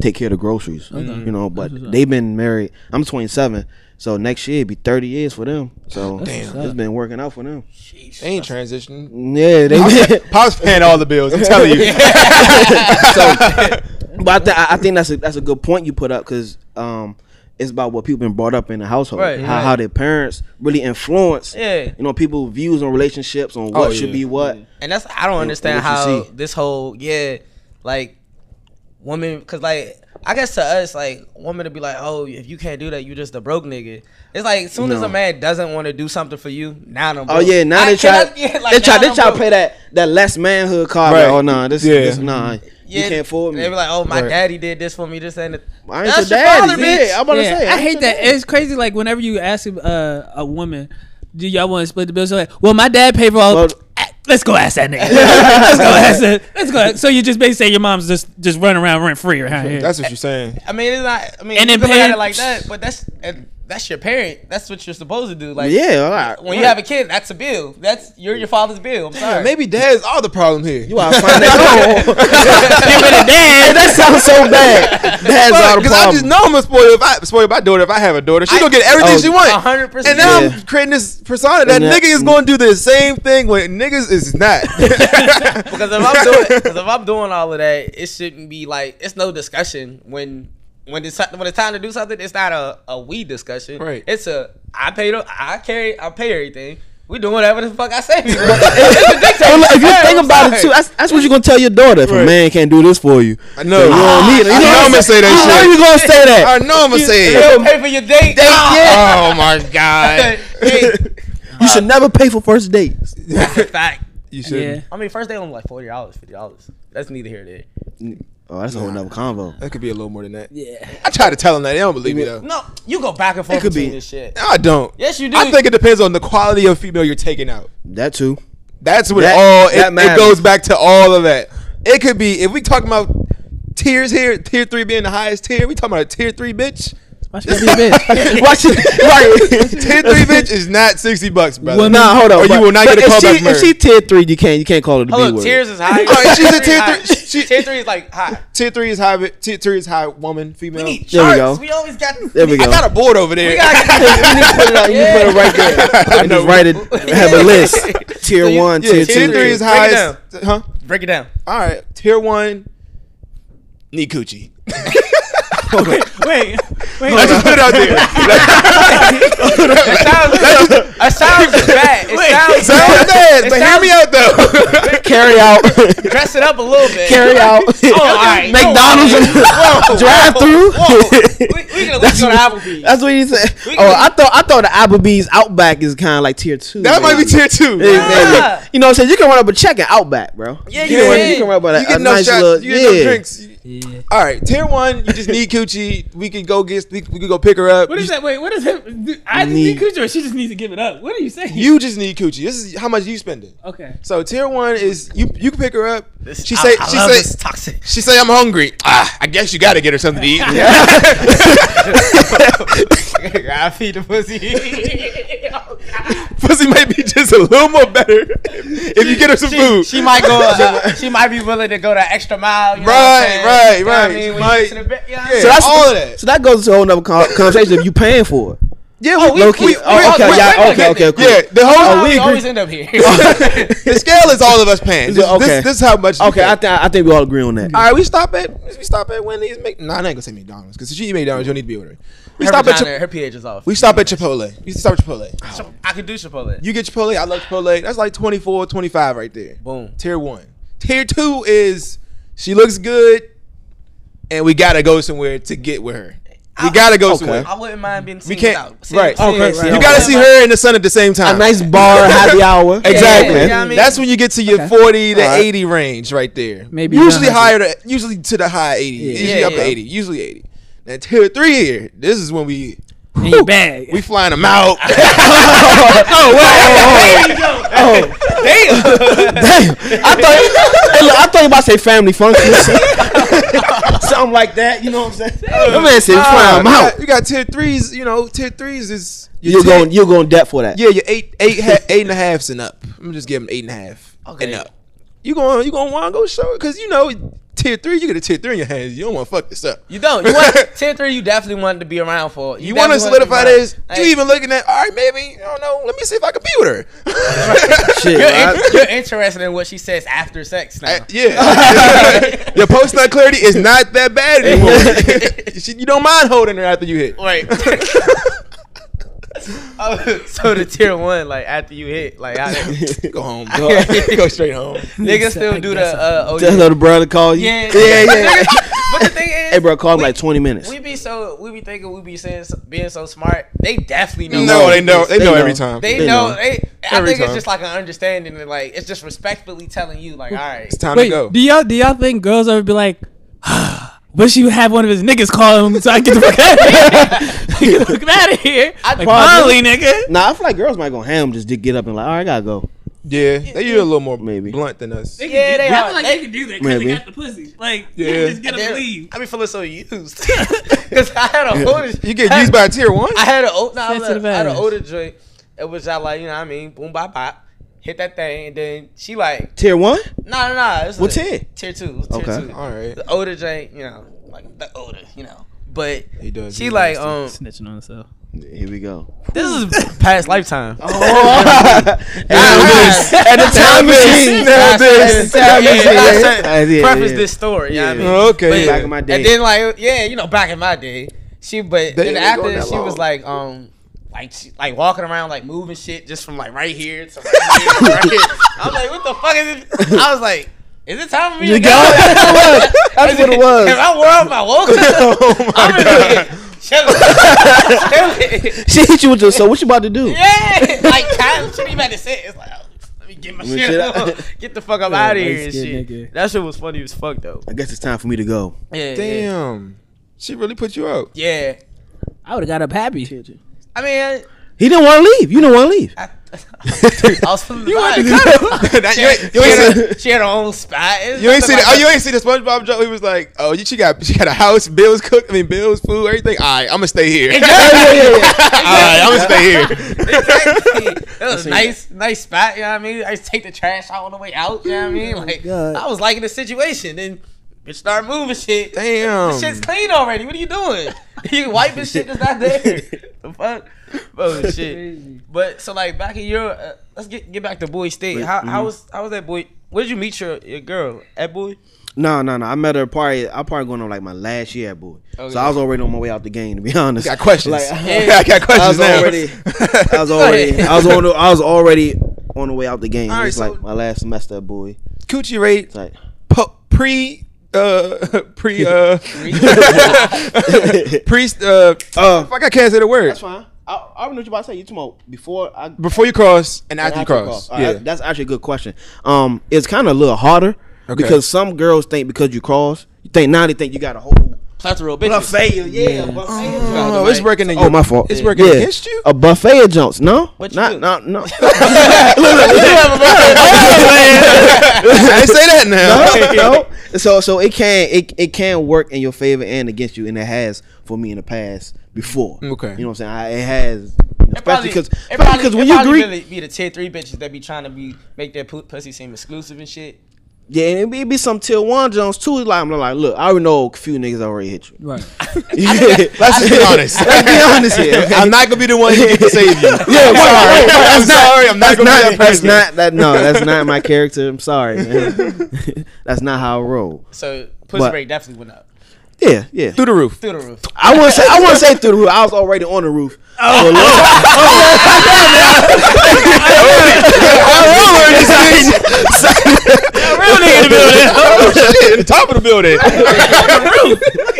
take care of the groceries. You know, but they've been married. I'm 27, so next year it'd be 30 years for them. So damn, it's been working out for them. They ain't transitioning. Yeah, <laughs> they. <laughs> Pop's paying all the bills. I'm telling <laughs> you. so, but I, th- I think that's a that's a good point you put up because um, it's about what people been brought up in the household, Right, how, right. how their parents really influence, Yeah. you know, people views on relationships on what should Oh, yeah. be what. And that's I don't understand what you how see. this whole yeah, like woman, cause like I guess to us like woman to be like, oh, if you can't do that, you just a broke nigga. It's like as soon as No. a man doesn't want to do something for you, now them. Oh yeah, now they try, they try, they try to play that. that that less manhood card. like, Right. oh nah, this, Yeah. this nah, you can't fool me. They be like, oh, my Right. daddy did this for me. This and the, I ain't your your daddy. father, yeah, bitch. I'm about to Yeah, say. I hate that. It's crazy. Like whenever you ask uh, a woman, "Do y'all want to split the bill?" So like, "Well, my dad paid for all." Well- Ah, <laughs> Let's go ask that nigga. Let's go ask that. Let's go. Ask. So you just basically say your mom's just just running around rent free around here. <laughs> That's what you're saying. I mean, it's not. I mean, And you then can look at parents- it like that, but that's and that's your parent. That's what you're supposed to do. Like Yeah, all right. oh, when you have a kid, that's a bill. That's you're your father's bill. I'm sorry. Maybe dads are the problem here. You are <laughs> financial. <laughs> dad. that sounds so <laughs> bad. That's not a Because I problem. just know I'm gonna spoil if I spoil my daughter if I have a daughter. She I- gonna get everything Oh, she wants. a hundred And percent. now Yeah. I'm creating this persona that And that- nigga is gonna do the same thing when niggas is not. <laughs> Because if <laughs> I'm doing, because if I'm doing all of that, it shouldn't be like it's no discussion when when it's ti- when it's time to do something. It's not a a we discussion. Right. It's a I paid. a- I carry. I pay everything. We doing whatever the fuck I say. <laughs> we doing. it's a dictator. Well, look, if you Hey, think I'm about it sorry. too, that's, that's what you're gonna tell your daughter. If a Right. man can't do this for you, I know. then you don't need it. You I know what I'm gonna say that You know shit. you gonna say I <laughs> that. know I'm gonna say You it. don't pay for your date. <laughs> Oh my god. You should never pay for first dates. that's a fact. You should. yeah. not I mean, first day only like forty dollars, fifty dollars. That's neither here nor there. Oh, that's a whole nother convo. That could be a little more than that. Yeah. I try to tell them that they don't believe me though. No, you go back and forth could between be. this shit. No, I don't. Yes, you do. I think it depends on the quality of female you're taking out. That too. That's what That- that it all it, it matters. goes back to all of that. It could be if we talking about tiers here, tier three being the highest tier. We talking about a tier three bitch. Why should I be <laughs> a bitch? Watch it. <laughs> Right. <laughs> tier three bitch is not sixty bucks, brother. Well, Nah, hold on. Or you but- will not but get a if call she, back If murder. she tier three, you can't you can't call her the B Hello, word. <laughs> tears is high. Alright, she's a tier high. three- she- Tier three is like high. tier three is high. bi- Tier three is high. Woman, female. We need There we charts. go. We, always got. There we I go. got a board over there. <laughs> <laughs> We gotta you get- put it out. You Yeah. put it right <laughs> there. I And know. just write it. Have <laughs> a list. Tier So you- one, yeah, tier, tier two. <laughs> three is Break it highest. Huh? Break it down. <laughs> All right. Tier one. Need coochie. wait, wait. <laughs> I just put it out <laughs> It sounds, <laughs> it sounds bad. It sounds bad. there. It But hear sounds- me out <laughs> though. Carry <laughs> out. Dress it up a little bit. Carry out. all right. McDonald's and drive Whoa. through. We, we can at least go to <laughs> Applebee's. That's what he said. We Oh, can- I thought I thought the Applebee's Outback is kind of like tier two. that might be maybe. tier two. Yeah, yeah, yeah. Ah. You know what I'm saying? You can run up a check at Outback, bro. Yeah, you, you can, run, can. you can run up a, You a get no nice shots. little. you yeah. get no drinks. Yeah. All right, tier one. You just need coochie. We could go get. We could go pick her up. What You is that? Wait, what is that? Dude, I just Need- need Coochie or she just needs to give it up. What are you saying? You just need coochie. This is how much you spending. okay. So tier one is you. You can pick her up. This- She I- say. I she love say. this toxic. <laughs> She say I'm hungry. Ah, I guess you gotta get her something to eat. I feed the pussy. <laughs> Pussy might be just a little more better <laughs> if you get her some she, food. she <laughs> might go. Uh, she might be willing to go that extra mile. You know what Right, I'm saying? right, You know what right. I mean, when Might- you get to the bed, you know what I Yeah, mean? So that's all of that. So that goes to a whole nother con- conversation if you paying for it. Yeah, oh, Low key. Oh, okay, yeah, okay, okay, cool. Yeah, the whole Oh, we we agree. always end up here. <laughs> the scale is all of us paying. This, Okay. this, this is how much. you Okay, pay. I, th- I think we all agree on that. All right, we stop at we stop at Wendy's. Make, nah, I ain't gonna say McDonald's because if she eat McDonald's, you don't need to be ordering. We her, stop at vagina, Chip- her pH is off. we stop at Chipotle. We stop at Oh. Chipotle. I could do Chipotle. You get Chipotle. I love Chipotle. That's like 24, 25 right there. Boom. Tier one. Tier two is she looks good, and we gotta go somewhere to get with her. We I- gotta go Okay. somewhere. I wouldn't mind being seen We can't. without. Seen- right. seen- Okay, seen- right. You gotta seen- see her and the sun at the same time. A nice <laughs> bar happy hour. Exactly. Yeah, you know what I mean? That's when you get to your 40 to Alright. 80 range right there. Maybe usually not. higher to usually to the high 80. usually Yeah, up to yeah. 80. Usually 80. Now tier 3 here. This is when we And you bag. we flying them out. <laughs> <laughs> <laughs> Oh, wow. <laughs> There you go. Oh, <laughs> damn. Oh, damn. I thought, hey, look, I thought you about to say family functions. <laughs> Something like that. You know what <laughs> I'm saying? That man said, fine, Ah, I'm you out. got- You got tier 3s, you know, tier 3s is your You're tier- going, you're going depth for that. Yeah, your eight eight ha- eight and a halves and up. I'm gonna just give them eight and a half Okay. and up. you going you going want to go show it because you know tier three, you get a tier three in your hands. You don't want to fuck this up. You don't. You <laughs> want tier three. You definitely wanted to be around for. You want to definitely wanted solidify be around. this? Like, You even looking at all right, maybe I don't know. Let me see if I can be with her. <laughs> Shit, You're, I- in- you're interested in what she says after sex now. Uh, <laughs> yeah, your post nut clarity is not that bad anymore. <laughs> She- you don't mind holding her after you hit. Right. <laughs> Oh, so the tier one, like after you hit, like <laughs> I, <laughs> Go home. <laughs> Go, go straight home. niggas still do the uh, oh Tell another brother to call you. yeah, Yeah, yeah. <laughs> but the thing is, Hey, bro, call me like 20 minutes. we be so we be thinking we be saying being so smart. They definitely know. No, they know. They They know know. every time. They, They know. know. They, I Every think it's time. just like an understanding. That, like it's just respectfully telling you, like, all right, It's time to Wait, go. do y'all do y'all think girls ever be like, "Ah, wish you had one of his niggas call him so I can get the fuck out of here? <laughs> Get the fuck out of here. I'd Like, probably- finally, nigga. Nah, I feel like girls might go ham just to get up and like, all right, I gotta go. Yeah, they usually a little more Maybe. blunt than us. Yeah, they are. They- can do that 'cause they Maybe. got the pussy. Like, Yeah. can just get Damn, I be feeling so used because I had a whole. You get used by a tier one. I had an old, nah, I Shit was to a- the I had an fans. older joint. It was out like you know what I mean, boom bop bop, hit that thing, and then she like, Tier one? nah nah nah. It was What a- tier? Tier two. It was tier Okay. two. All right. The older joint, you know, like the older, you know. But He does, she he like does, um, Snitching on herself. Here we <laughs> go. this is <laughs> past lifetime. <laughs> At the time <laughs> machine. Now this. Preface Yeah, yeah, yeah. Yeah, yeah, yeah. this story, you know what I mean? Oh, Okay. Back in yeah. my day. <laughs> And then like yeah, you know, back in my day, she but They then ain't going after that she long. was like um like she, like walking around like moving shit just from like right here to right here. to right here. I'm like, what the fuck is it? I was like, is it time for me to <laughs> go? <laughs> That's what it was. <laughs> If I wore out my woke Oh I'm my in god. here chilling. Chilling. She hit you with your so what you about to do? Yeah, like time shit. You about to sit? It's like, oh, let me get my Let me shit shit on. out. Get the fuck up out of here and nice shit. kid, nigga. That shit was funny as fuck though. I guess it's time for me to go. Yeah, yeah. Damn. She really put you out. yeah. I would have got up happy. I mean, He didn't want to leave. You didn't want to leave. I, <laughs> I was feeling the vibe. <laughs> That- you ain't, you <laughs> She ain't, had, a- she had her own spot. It's you ain't see nothing the, oh, like you ain't see the SpongeBob joke. He was like, "Oh, you, she got she got a house, bills cooked. I mean, bills, food, everything. All right, I'm gonna stay here. Exactly. <laughs> All right, I'm gonna stay here. Exactly. <laughs> <laughs> It was a nice, nice spot. You know what I mean? I used to take the trash out on the way out. You know what I Oh, mean? Like, God. I was liking the situation. Then bitch start moving shit. Damn. This shit's clean already. What are you doing? <laughs> you wiping shit that's not <laughs> there. <laughs> the fuck? Oh shit. But so like back in Europe, uh, let's get get back to Boy State. How mm. how was how was that boy? Where did you meet your, your girl at Boy? No, no, no. I met her probably. I probably going on like my last year at Bowie. Okay. So I was already on my way out the game. To be <laughs> honest, got questions. Like, <laughs> uh-huh. I got I questions was now. already. I <laughs> was already. I was on. The, I was already on the way out the game. All right, it's so- like my last semester at Bowie. Coochie rate It's <laughs> like po- pre uh <laughs> pre uh <laughs> pre uh Uh, fuck I can't say the word that's <laughs> fine. I, I already knew what you about to say. You tomorrow before I before you cross and after you After cross, cross. All yeah right, that's actually a good question. Um, it's kind of a little harder Okay. because some girls think because you cross, you think now they think you got a whole Plethora of bitches. Uh-huh. buffet. of- Yeah, a buffet. of jumps. oh it's working in Oh, your- my fault. it's working Yeah. Oh, against you <laughs> A buffet of jumps. No, What you do? not, not <laughs> no. <laughs> <laughs> I didn't say that now no, no. So so it can it, it can work in your favor and against you, and it has for me in the past before. Okay. you know what I'm saying. I, it has, It probably- especially because it probably- because it when you probably agree, really be the tier three bitches that be trying to be make their pu- pussy seem exclusive and shit. yeah, and it be, it be some tier one Jones too. Like I'm like, look, I already know a few niggas already hit you. Right. <laughs> let's just be <laughs> honest Let's be honest here. <laughs> okay? I'm not gonna be the one who get to save you <laughs> Yeah, I'm sorry right, right, right. I'm That's not- sorry I'm not that's gonna not be that that's person not that no that's not my character. I'm sorry, <laughs> man. <laughs> that's not how I roll. So pussy But- rate definitely went up Yeah, yeah. through the <laughs> roof through the <laughs> roof. I wouldn't say I wouldn't say through the roof. I was already on the roof. Oh, oh <laughs> shit in <laughs> the top of the building <laughs> Looking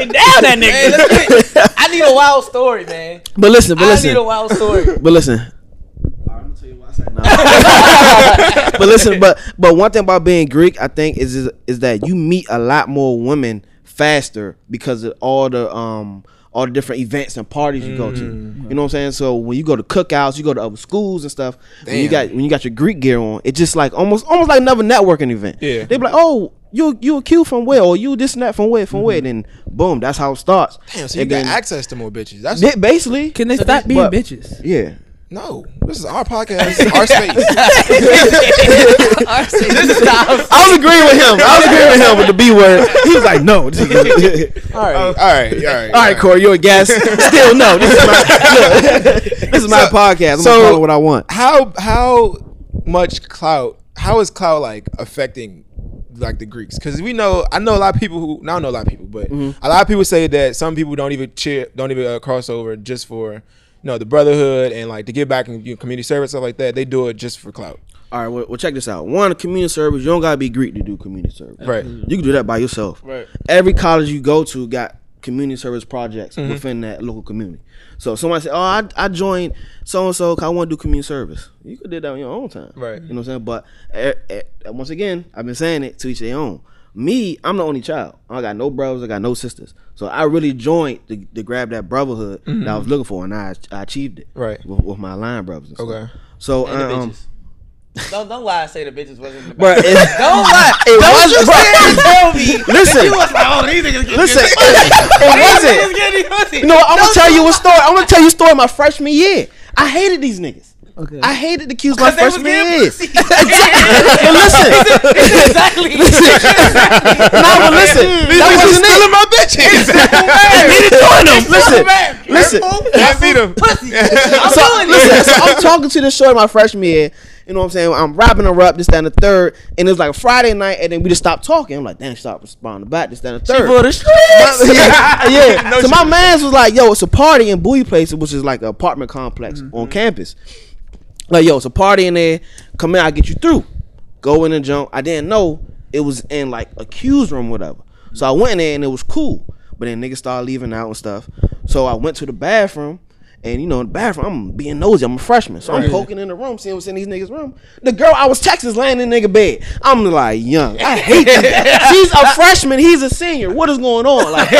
down that <laughs> nigga. Hey, let's get- I need a wild story, man. but listen, but I listen, need a wild story. <laughs> but listen. <laughs> but listen, but but one thing about being Greek, I think is, is is that you meet a lot more women faster because of all the um all the different events and parties you go to. Mm-hmm. You know what I'm saying? So when you go to cookouts, you go to other schools and stuff. When you Damn. got when you got your Greek gear on, it's just like almost almost like another networking event. Yeah. they be like, oh. You you a Q from where or you this and that from where from where then boom that's how it starts. Mm-hmm. damn so you And got then- access to more bitches that's Yeah, basically Can they stop being but- bitches? yeah No, this is our podcast. This <laughs> is our space. Honestly, This <laughs> is the I was agreeing with him. I was agreeing with him with the B word. He was like, <laughs> no. this is- all right, all right, all right. All right, Corey, you're a guest. Still no. This is my, look, this is my So- podcast. I'm so- gonna follow what I want. How how much clout? How is clout like affecting like the Greeks? Because we know, I know a lot of people who now I know a lot of people, but Mm-hmm. a lot of people say that some people don't even cheer, don't even uh, cross over just for you know the brotherhood and like to give back and you know, community service stuff like that. They do it just for clout, All right, well, well, check this out. One, community service. You don't gotta be Greek to do community service. right? You can do that by yourself. Right. Every college you go to got community service projects within that local community. So if somebody say, "Oh, I, I joined so and so 'cause I want to do community service." You could do that on your own time. Right. You know what I'm saying? But eh, eh, once again, I've been saying it to each their own. Me, I'm the only child. I got no brothers. I got no sisters. So I really joined to, to grab that brotherhood that I was looking for, and I, I achieved it. Right. With, with my line brothers. and stuff. <laughs> Okay. So um, bitches. Don't don't lie and say the bitches wasn't. in The <laughs> Bruh, back. it's- don't lie. it don't was- you stand and <laughs> tell me. that Listen. you was like, oh, these niggas getting <laughs> listen, this- it these wasn't. niggas getting this pussy. No, I'm gonna tell you a story. I'm gonna tell you a story. of My freshman year, I hated these niggas. Okay. I hated the Qs my 'Cause they was freshman getting year. pussy. but listen, <laughs> exactly. no, but listen, that These wasn't bitches it. stealing my bitches. They didn't join them. <laughs> Listen, Back. listen. I see them. <laughs> Pussy. I'm So, doing this. listen, so I'm talking to this short my freshman year. You know what I'm saying? I'm rapping her up, this, that, and the third. And it was like Friday night, and then we just stopped talking. I'm like, damn, she stopped responding back, this, that, and the third. <laughs> for the streets. yeah, yeah. No so my man's was like, "Yo, it's a party in Bowie Place, which is like an apartment complex on campus." Like, yo, it's a party in there. Come in, I will get you through. Go in and jump. I didn't know it was in like a cues room, whatever. So I went in there and it was cool. But then niggas started leaving out and stuff. So I went to the bathroom. And you know, in the bathroom, I'm being nosy. I'm a freshman, so I'm poking in the room, seeing what's in these niggas' room. The girl I was texting is laying in the nigga bed. I'm like, young. I hate that. She's a freshman. He's a senior. What is going on? Like, <laughs>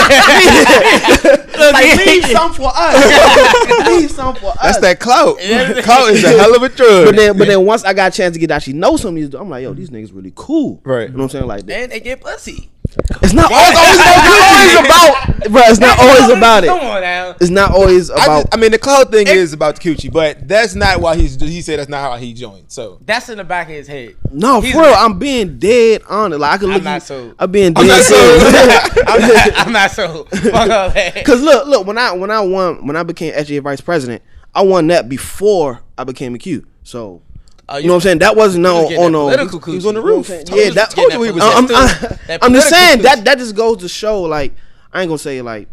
like leave some for us. <laughs> leave some for us. That's that clout. <laughs> clout is a hell of a drug. But then, but then once I got a chance to get to actually know some of these, I'm like, yo, these niggas really cool. Right. You know what I'm saying? Like, that. And they get pussy. it's not always, it's not always about, bro. It's not always about Come it. on now. It's not always I, about. just- I mean, the cloud thing is about the coochie, but that's not why he's. He said that's not how he joined. So That's in the back of his head. No, He's for real, not- I'm being dead honest. Like I could I'm look. not you- sold. I'm being I'm dead not <laughs> serious. I'm not, I'm not so. Fuck all <laughs> that. <laughs> Cause look, look, when I when I won when I became SGA vice president, I won that before I became a Q. So Oh, you know what I'm saying? That wasn't no was getting on that no. political he was coochie. on the roof. You know what I'm saying? yeah, that. oh, Told you he was I'm, getting <laughs> that I'm- political I'm just coochie. saying that that just goes to show like I ain't gonna say like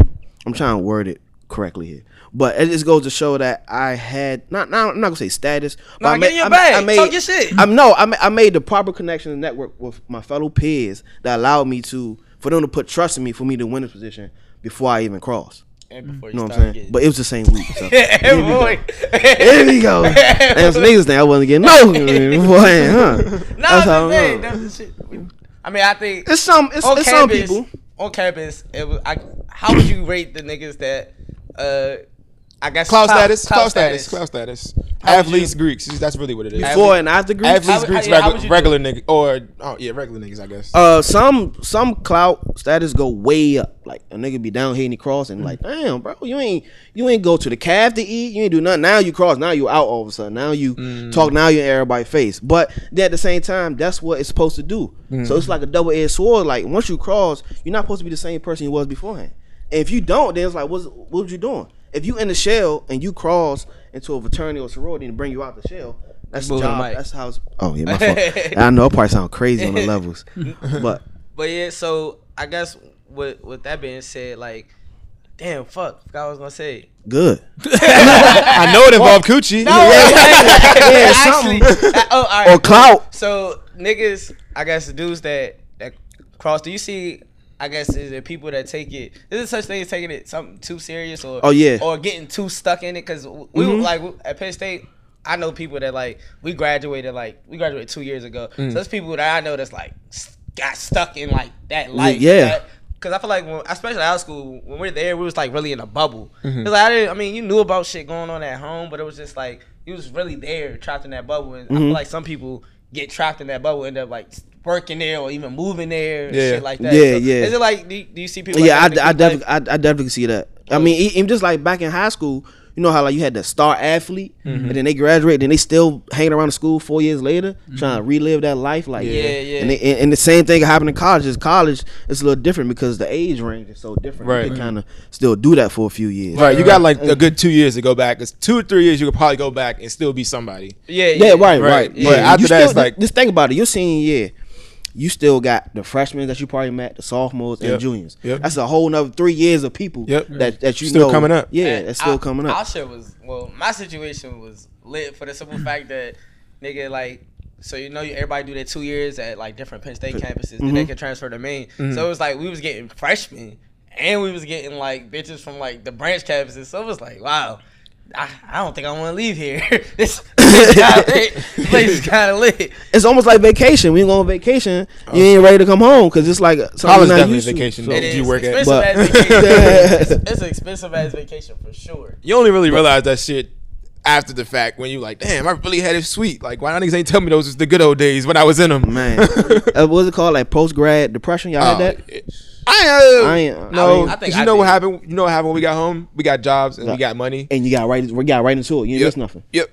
I'm trying to word it correctly here, but it just goes to show that I had not. not I'm not gonna say status. but Nah, I get ma- in your I- bag. I made- Talk your shit. I'm no, I, ma- I made the proper connection and network with my fellow peers that allowed me to for them to put trust in me for me to win this position before I even crossed. And before You know you what start I'm saying? getting. But it was the same week. <laughs> So. <laughs> yeah, boy. <laughs> There we go. That's niggas thing. I wasn't getting no boy, huh? No, That's I'm how I just saying. know. That's the shit. I mean, I think It's some. It's, on it's some campus, people. on campus, it was, I, how would you rate the niggas that, uh, I guess cloud status, cloud status, cloud status. How would Athletes, you- Greeks. That's really what it is. Before and after Greeks. Athletes, How would- Greeks, yeah, how would regu- you regular niggas, or oh yeah, regular niggas, I guess. Uh, some some clout status go way up. Like a nigga be down hitting the cross and like, Mm. damn, bro, you ain't you ain't go to the calf to eat. You ain't do nothing. Now you cross. Now you out all of a sudden. Now you Mm. talk. Now you in everybody's face. But then at the same time, that's what it's supposed to do. So Mm. it's like a double edged sword. Like once you cross, you're not supposed to be the same person you was beforehand. And if you don't, then it's like, what's what was you doing? If you in the shell and you cross into a fraternity or sorority and bring you out the shell, that's the Moving the job. mic. That's how. It's, oh yeah, <laughs> my fault. I know it probably sound crazy on the levels, but But yeah, so I guess with with that being said, like, damn, fuck, forgot what I was gonna say. good. I know it involved coochie. <laughs> Yeah, actually, I- oh, all right. Or clout. So niggas, I guess the dudes that that cross. Do you see? I guess is it people that take it? Is it such thing as taking it something too serious or Oh, yeah. Mm-hmm. or getting too stuck in it? Because we were like at Penn State. I know people that like we graduated like we graduated two years ago. Mm. So there's people that I know that's like s- got stuck in like that life. yeah. that- Cause I feel like, when, especially out of school, when we are there, we was like really in a bubble. Mm-hmm. 'Cause I didn't, I mean, you knew about shit going on at home, but it was just like you was really there, trapped in that bubble. And I Mm-hmm. feel like some people get trapped in that bubble, end up like working there or even moving there, and Yeah. shit like that. Yeah, So, yeah. Is it like do you, do you see people? yeah, I, like that I in the group, definitely, I, I definitely see that. I mean, e- even just like back in high school, you know how like you had the star athlete, and then they graduate, then they still hanging around the school four years later, trying to relive that life. Like Mm-hmm. Yeah, yeah. And, they, and, and the same thing happened in college. Is college is a little different because the age range is so different. Right. You can kind of still do that for a few years. Right, you got like a good two years to go back. It's two or three years you could probably go back and still be somebody. Yeah, Yeah, right, right. Right. Yeah. But after you that, still, it's like- just think about it. Your senior year, you still got the freshmen that you probably met, the sophomores Yep. and juniors. Yep. That's a whole nother three years of people Yep. that that you Still know- coming up. Yeah, And that's still I- coming up. Our shit was well. My situation was lit for the simple fact that nigga like. So you know you- everybody do their two years at like different Penn State campuses, then mm-hmm. they can transfer to Maine. Mm-hmm. So it was like we was getting freshmen, and we was getting like bitches from like the branch campuses. So it was like, wow, I, I don't think I want to leave here. <laughs> this this goddamn <laughs> place is kind of lit. it's almost like vacation. When you go on vacation, you ain't ready to come home because it's like something Oh. College you're not definitely used to. vacation. So- though. It Do is you work at? expensive But- as <laughs> vacation. it's an expensive as vacation for sure. You only really realize that shit after the fact when you like, damn, I really had it sweet. Like, why niggas ain't tell me those was the good old days when I was in them? <laughs> Man, uh, what's it called? Like post grad depression? Y'all Oh, had that? it- I, uh, I ain't- no, I mean, I think 'cause you I know what did. happened. You know what happened when we got home. We got jobs and Yeah. we got money. And you got right, we got right into it. You didn't Yep. miss nothing. Yep,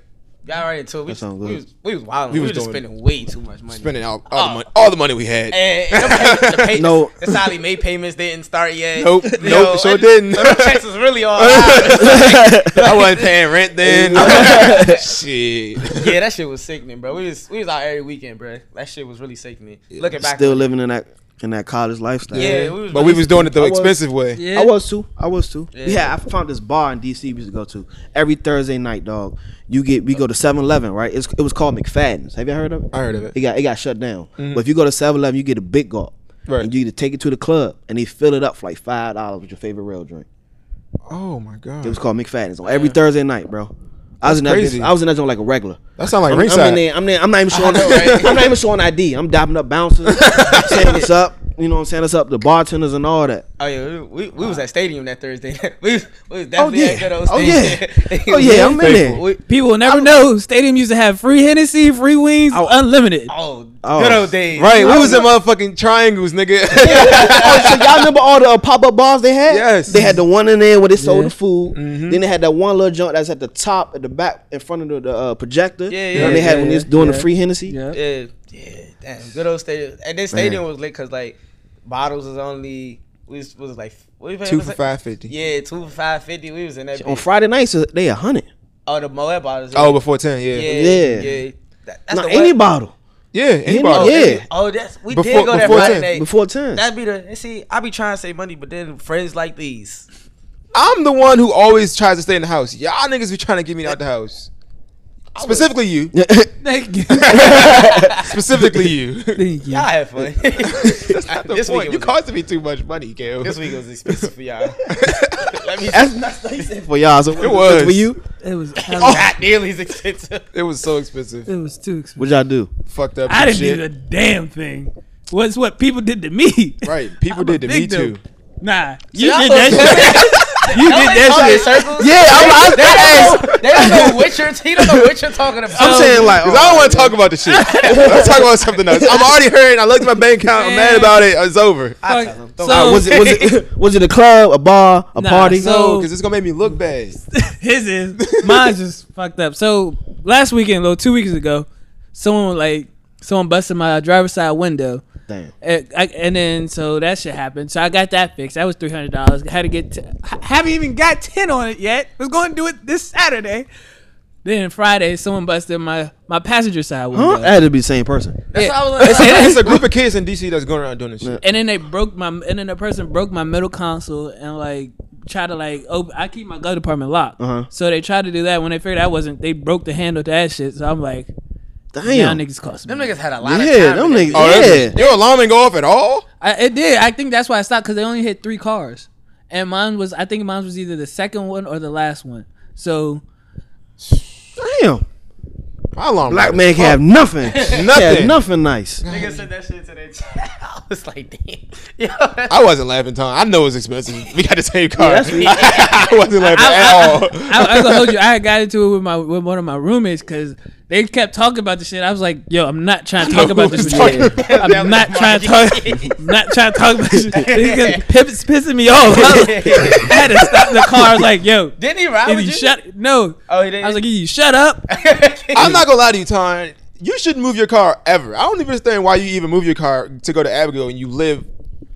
Y'all right into it. We, That sound we good. was we was wilding. We We, was were just doing- spending way too much money. spending all, all the Oh. money, all the money we had. <laughs> And, and the eh, pay- the pay, No. the salary May payments didn't start yet. Nope, You nope, know, sure and didn't. so them checks was really <laughs> all out. I wasn't paying rent <laughs> then. shit. yeah, that shit was sickening, bro. We was we was out every weekend, bro. That shit was really sickening. Looking back, Still living in that in that college lifestyle. yeah, we was But we was doing it the I was- expensive way. Yeah. I was too. I was too. Yeah. Yeah. I found this bar in DC we used to go to every Thursday night, dog. You get we go to 7-Eleven, right? It's, it was called McFadden's. Have you heard of it? I heard of it. It got it got shut down. But if you go to 7-Eleven, you get a big gulp. Right. And you get to take it to the club and they fill it up for like five dollars with your favorite real drink. Oh my It was god, called McFadden's on every Thursday night, bro. I was in that crazy. bitch- I was in that joint like a regular. that sound like I'm, I'm in ringside. there, I'm there, I'm not even showing know, right? I'm not even showing ID. I'm dapping up bouncers, saying us up, you know what I'm saying? Us up the bartenders and all that. Oh yeah, we, we, we was at stadium that Thursday. <laughs> we, was, we was definitely yeah. at good old Oh, stadium. <laughs> yeah. Oh, yeah, I'm in there. We- People will never know. Stadium used to have free Hennessy, free wings, unlimited. oh, Oh. good old days. Right, we was in motherfucking triangles, <laughs> nigga. oh, so y'all remember all the uh, pop up bars they had? Yes. Mm-hmm. They had the one in there where they sold Yeah. the food. Then they had that one little junk that's at the top, at the back, in front of the, the uh, projector. Yeah, And yeah, they had yeah, when they was yeah, doing the yeah. free Hennessy. Yeah. Yeah, yeah, damn, good old stadium. And then stadium was lit because like bottles was only we was, was like what you pay- Two was for it? five fifty. Yeah, two for five fifty. We was in that. On bitch. Friday nights, uh, they a hundred. oh, the Moet bottles. Oh, before ten, yeah, yeah, Yeah. yeah. That- that's Not the any one- bottle yeah, anybody. Oh, yeah. yeah. Oh, that's we Before- did go there before Friday ten. night. before ten. That'd be the. and See, I be trying to save money, but then friends like these. I'm the one who always tries to stay in the house. Y'all niggas be trying to get me out the house. Specifically <laughs> you. <laughs> Thank <laughs> you. Specifically <laughs> you. Thank you. Y'all have fun. <laughs> That's not the <laughs> This week point. it You was- costing me too much money, Gail. this week was expensive <laughs> for y'all. Let me. That's, that's what he said for y'all. So what It what was. for you? It <laughs> Oh. was. Oh. Not nearly <laughs> as expensive. It was so expensive. It was too expensive. What y'all do? Fucked up. I and didn't shit. do a damn thing. Was what people did to me. Right. People I'm a did to me big too. dude. Nah, you y'all did that shit. you did Y'all in that shit. circles. Yeah, I'm, They don't know- they don't know what you're. He don't know what you're talking about. I'm saying like, Cause I don't want to talk about this shit. "Oh, <laughs> Let's talk about something else. I'm already hurting. I looked at my bank account. I'm mad about it. It's <laughs> over. Fuck. So uh, was it was <laughs> it <laughs> was it a club, a bar, a Nah, party? so- No, because Oh, it's gonna make me look bad. his is mine's just fucked up. So last weekend, though, two weeks ago, someone like someone busted my driver's side window. Damn. And, I, and then so that shit happened. So I got that fixed. That was three hundred dollars. Had to get. T- ha- haven't even got ten on it yet. Was going to do it this Saturday. Then Friday, someone busted my my passenger side window. Huh? That had to be the same person. That's Yeah. why I was like, It's a, it's a group of kids in DC that's going around doing this shit. and then they broke my and then the person broke my middle console and like try to like open I keep my glove department locked. Uh-huh. So they tried to do that when they figured I wasn't they broke the handle to that shit. So I'm like, y'all Damn. niggas cost me. Them niggas had a lot of Yeah, time. them in niggas. that Oh, yeah. that's- Your alarm didn't go off at all. I, it did. I think that's why I stopped because they only hit three cars, and mine was I think mine was either the second one or the last one. So Damn. How long? Black bro? man can <laughs> have nothing. Can't have Nothing. nothing nice. Nigga said that shit to their <laughs> I was like, damn. <laughs> I wasn't laughing, Tom. I know it's expensive. We got the same car. that's me. <laughs> I wasn't laughing at all. I, I was gonna hold you. I got into it with my with one of my roommates because they kept talking about this shit. I was like, "Yo, I'm not trying to talk about this who's shit. talking about I'm not trying to talk. I'm not trying to talk about this shit. These guys pip- It's pissing me off. I, was- I had to stop the car. I was like, "Yo, Didn't he ride if with you you? shut no." Oh, he didn't. I <laughs> was like, "You shut up." <laughs> I'm not gonna lie to you, Ton. You shouldn't move your car ever. I don't even understand why you even move your car to go to Abigail and you live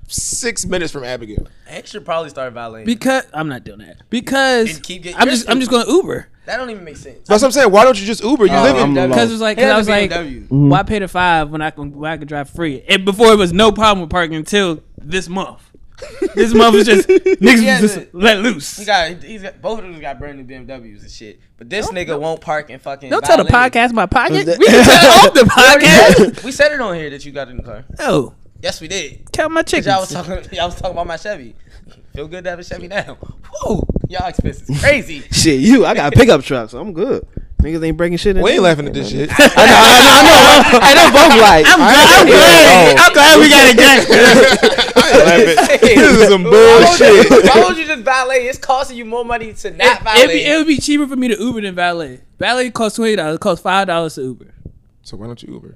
six minutes from Abigail. I should probably start violating. Because I'm not doing that. Because And keep getting- I'm just I'm just going Uber. that don't even make sense. That's what I'm saying. Why don't you just Uber? You Oh, live I'm in. lost. Because it was like, He cause has I a was like, BMW. why pay the five when I can when I can drive free? And before it was no problem with parking until this month. this month was just niggas <laughs> Yeah, was just the- let He loose. got, he's got, both of them got brand new BMWs and shit. But this nigga won't park and fucking. Don't tell the violate. podcast my pocket. that- We can tell it off the <laughs> podcast. We said it on here that you got a new car. Oh. No, Yes, <laughs> we did. tell my Cause y'all was chickens. talking, y'all was talking about my Chevy. Feel good to have a Chevy now. Woo! Y'all expenses crazy. <laughs> Shit, you. I got a pickup truck, so I'm good. Niggas ain't breaking shit. in We ain't there. laughing at this <laughs> shit. <laughs> I know. I know. I know. I know both like. I'm, I glad, I'm ain't- glad. Oh. I'm glad we got <laughs> it done. I ain't laughing. <laughs> This is some Why would, you, bullshit. why would you just violate? It's costing you more money to not It'd be, violate. it'd be cheaper for me to Uber than valet. Valet costs twenty dollars. It costs five dollars to Uber. So why don't you Uber?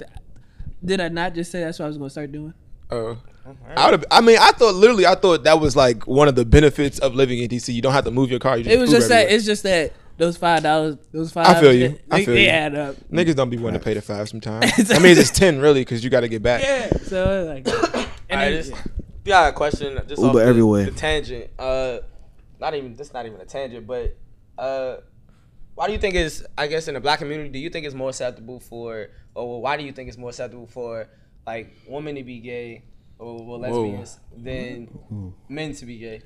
Did I not just say that's what I was gonna start doing? Uh, Oh. I would. I mean, I thought literally, I thought that was like one of the benefits of living in DC. You don't have to move your car. You just It was Uber just that. everywhere. It's just that those five dollars. Those five. I feel you. They, I feel they you. add up. Niggas don't be willing to pay the five sometimes. <laughs> I mean, it's ten really because you got to get back. Yeah. So like, and I then- just, <laughs> got a question. Just Uber off the, everywhere. The tangent. Uh, not even. That's not even a tangent. But uh, why do you think it's? I guess in the black community, do you think it's more acceptable for, or why do you think it's more acceptable for like women to be gay or, or lesbians than men to be gay?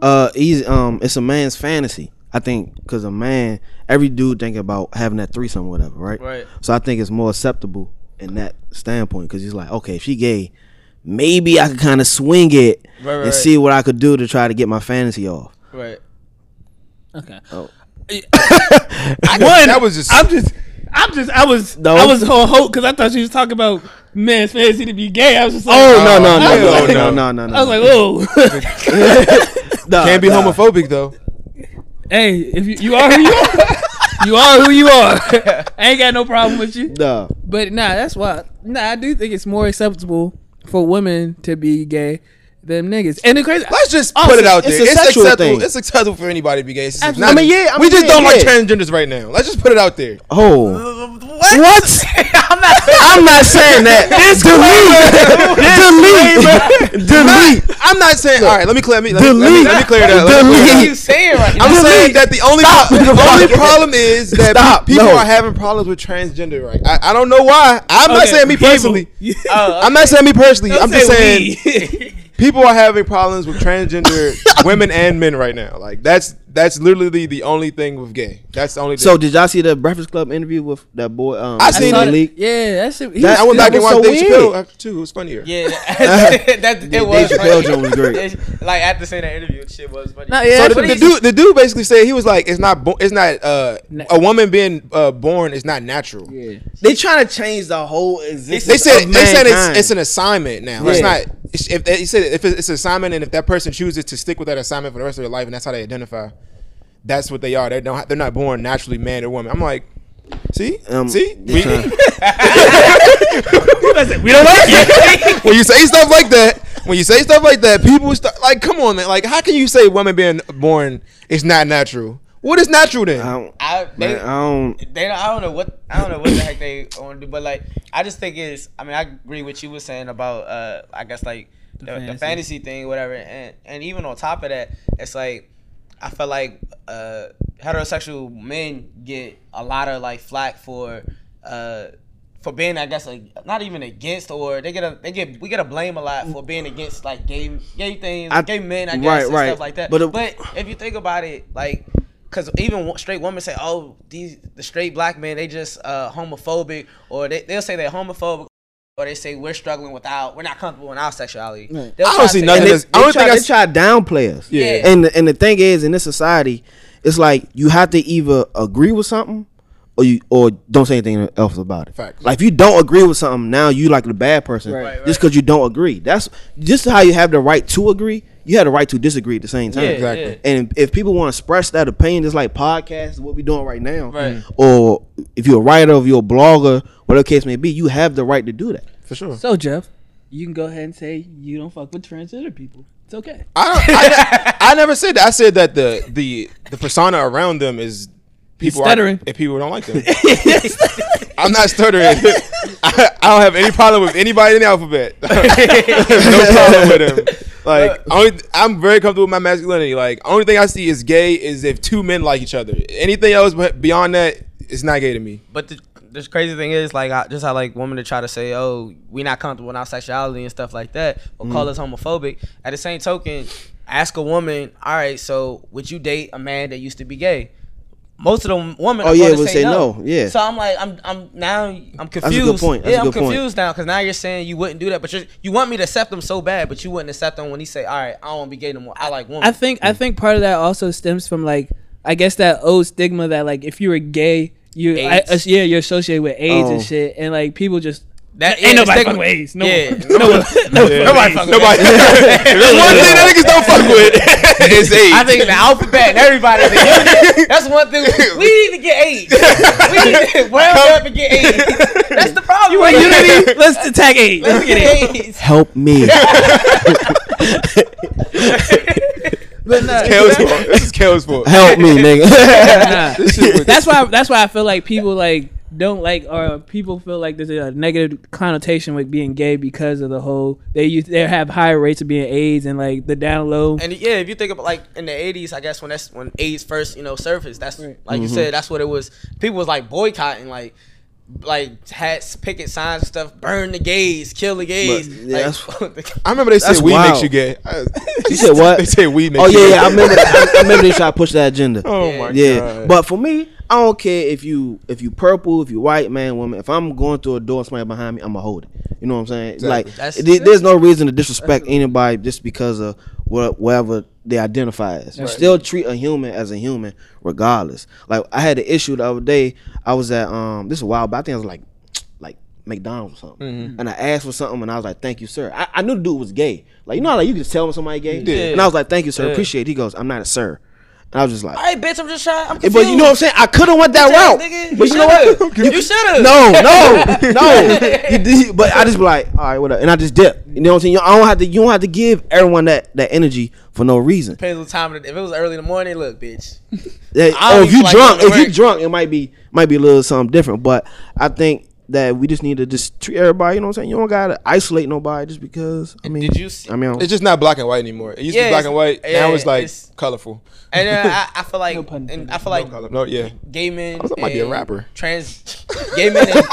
uh he's um it's a man's fantasy i think because a man every dude think about having that threesome or whatever right Right. so i think it's more acceptable in that standpoint because he's like okay if she gay maybe i could kind of swing it Right, right, and right. see what i could do to try to get my fantasy off Right. okay. I, One, that was just. I'm just. I'm just. I was. No. I was on hope because I thought she was talking about man's fantasy to be gay. I was just like, oh <laughs> no no no, no no no, no no no, no. I was like, <laughs> oh. Nah, can't be nah. homophobic though. hey, if you, you are who you are, you are who you are. I ain't got no problem with you. Nah. But nah, that's why. Nah, I do think it's more acceptable for women to be gay than niggas. And the crazy. <laughs> Let's just Oh, put it it's- out it's there. a It's sexual acceptable. thing. It's acceptable for anybody to be gay. It's just Absolutely. not- I mean, yeah, I we mean, just yeah, don't like yeah. transgenders right now. Let's just put it out there. oh What? what I'm not. i'm not <laughs> saying that delete delete <laughs> delete I'm not saying. all right, let me clear. Let me, let me, let me, Delete. let me clear that. Let me clear that. Delete. What <laughs> are you saying <laughs> right now? I'm Delete. saying that the only Stop. pro- the <laughs> only problem is that Stop. people No. are having problems with transgender. Right? I, I don't know why. I'm not Okay, saying me people. <laughs> personally. <laughs> Oh, I'm not saying me personally. I'm just saying saying. <laughs> people are having problems with <laughs> transgender women and men right now. Like that's that's literally the only thing with gay. That's the only. So thing. did y'all see the Breakfast Club interview with that boy? Um, I seen saw it. that- leak. Yeah, that shit. he That- was- I went back that and was watched so Dave weird. Chappelle after uh, too. It was funnier. <laughs> <laughs> Yeah, <laughs> that, that it Dave was. funny. Chappelle joint was <laughs> great. Like after seeing that interview, shit was funny. Nah, yeah, So that's the, what the he- dude, the dude basically said he was like, it's not, bo- it's not, uh, a woman being uh, born is not natural. Yeah. They trying to change the whole existence. They said, of they said mankind. it's, it's an assignment now. It's Yeah. not. It's, if they said if it's an assignment and if that person chooses to stick with that assignment for the rest of their life and that's how they identify, that's what they are. They don't. They're not born naturally man or woman. I'm like, see, Um, see. they We- trying- We don't like when you say stuff like that, when you say stuff like that, people start like, come on, man. Like, how can you say women being born is not natural? What is natural then? I <laughs> don't. I, they, man, I don't. they don't, I don't know what I don't know what the heck they want to do, but like I just think it's. I mean, I agree with you were saying about uh, I guess like the, the, fantasy. fantasy. thing, whatever, and and even on top of that, it's like I feel like uh, heterosexual men get a lot of like flack for. Uh, for being, I guess, like, not even against, or they get a, they get, we get a blame a lot for being against like gay, gay things, I- gay men, I guess, right, and right. stuff like that. But it- but if you think about it, like, because even wo- straight women say, "Oh, these the straight black men, they just uh, homophobic," or they they'll say they're homophobic, or they say we're struggling without, we're not comfortable in our sexuality. They'll I don't try to see say nothing And they, that. that's- I they don't try, think I they s- try to downplay us. Yeah. And the, and the thing is, in this society, it's like you have to either agree with something or you or don't say anything else about it. Facts. Like if you don't agree with something now, you like the bad person Right. Right, just because you don't agree. That's just how you have the right to agree. You have the right to disagree at the same time. Yeah, Exactly. yeah. And if people want to express that opinion, it's like podcasts, what we doing right now, Mm-hmm. Right. or if you're a writer, if you're a blogger, whatever the case may be, you have the right to do that. for sure. So Jeff, you can go ahead and say you don't fuck with transgender people. It's okay. I, don't, I, ne- I never said that. I said that the the the persona around them is people are- stuttering. if people don't like them. I'm not stuttering. I, I don't have any problem with anybody in the alphabet. <laughs> no problem with them. Like only, I'm very comfortable with my masculinity. Like only thing I see is gay is if two men like each other. Anything else but beyond that, it's not gay to me. But the, the crazy thing is, like, I, just how like women to try to say, "Oh, we not comfortable in our sexuality and stuff like that," or Mm. call us homophobic. At the same token, ask a woman, "All right, so would you date a man that used to be gay?" Most of the women, Oh, are yeah, gonna would say no, yeah. So I'm like, I'm, I'm now, I'm confused. point, that's yeah, a I'm good point. confused now because now you're saying you wouldn't do that, but you you want me to accept them so bad, but you wouldn't accept them when he say, "All right, I don't want to be gay no more. I like women." I think I think part of that also stems from like I guess that old stigma that like if you were gay you I, AIDS. uh, yeah you're associated with AIDS Oh. and shit and like people just that ain't yeah, nobody stigma- fucking with AIDS no yeah, one, <laughs> <laughs> no one, no one fucking Nobody, with AIDS. nobody. <laughs> There's one thing <laughs> that niggas don't fuck with. <laughs> It's AIDS. I think the alphabet and everybody's a unit. That's one thing. We need to get eight. We need to round up and get eight. That's the problem. You Wait, unity <laughs> let's attack AIDS Let's get eight. Help me. <laughs> But no, Kale's fault. This is Kale's <laughs> fault. Help me, nigga. <laughs> nah. This shit was- that's why that's why I feel like people like don't like or people feel like there's a negative connotation with being gay because of the whole they use they have higher rates of being AIDS and like the down low And yeah, if you think about like in the '80s, I guess when that's when AIDS first, you know, surfaced. That's like you Mm-hmm. said, that's what it was. People was like boycotting, like. Like hats, picket signs, and stuff. Burn the gays, kill the gays. But, yeah, <laughs> like, I remember they That's said weed makes <laughs> wild. you gay. I- You said what? They said weed makes Oh you yeah, gay. yeah. I remember. I, I remember they tried to push that agenda. Oh Yeah. my yeah, god. but for me, I don't care if you if you purple, if you white man, woman. If I'm going through a door and somebody behind me, I'ma hold it. You know what I'm saying? Like, That's- there- there's no reason to disrespect anybody just because of what whatever they identify as. Still treat a human as a human, regardless. Like I had an issue the other day. I was at um this is a while, but I think I was like like McDonald's or something, Mm-hmm. and I asked for something, and I was like, "Thank you, sir." I, I knew the dude was gay. Like you know, how, like you can just tell when somebody gay, Yeah. and I was like, "Thank you, sir, appreciate." it. He goes, "I'm not a sir," and I was just like. hey, bitch, I'm just trying. I'm Yeah, confused. but you know what I'm saying? I could have went that route. Nigga, but you know what? should've. You should've. No, no, <laughs> no. You did- but I just be like, all right, whatever. And I just dip. You know what I'm saying? You- I don't have to. You don't have to give everyone that that energy for no reason. Depends on the time. of the- If it was early in the morning, look, bitch. That- I don't or if even you like drunk, going if to you work. drunk, it might be might be a little something different. But I think that we just need to just treat everybody. You know what I'm saying? You don't gotta isolate nobody just because. I mean, Did you see- I mean, I It's just not black and white anymore. It used Yeah, to be black it's- and white. yeah, now it's like it's- colorful. And then I, I feel like, No pun and intended. I feel like No, yeah. gay men. I might be a and rapper. Trans, gay men, <laughs> and,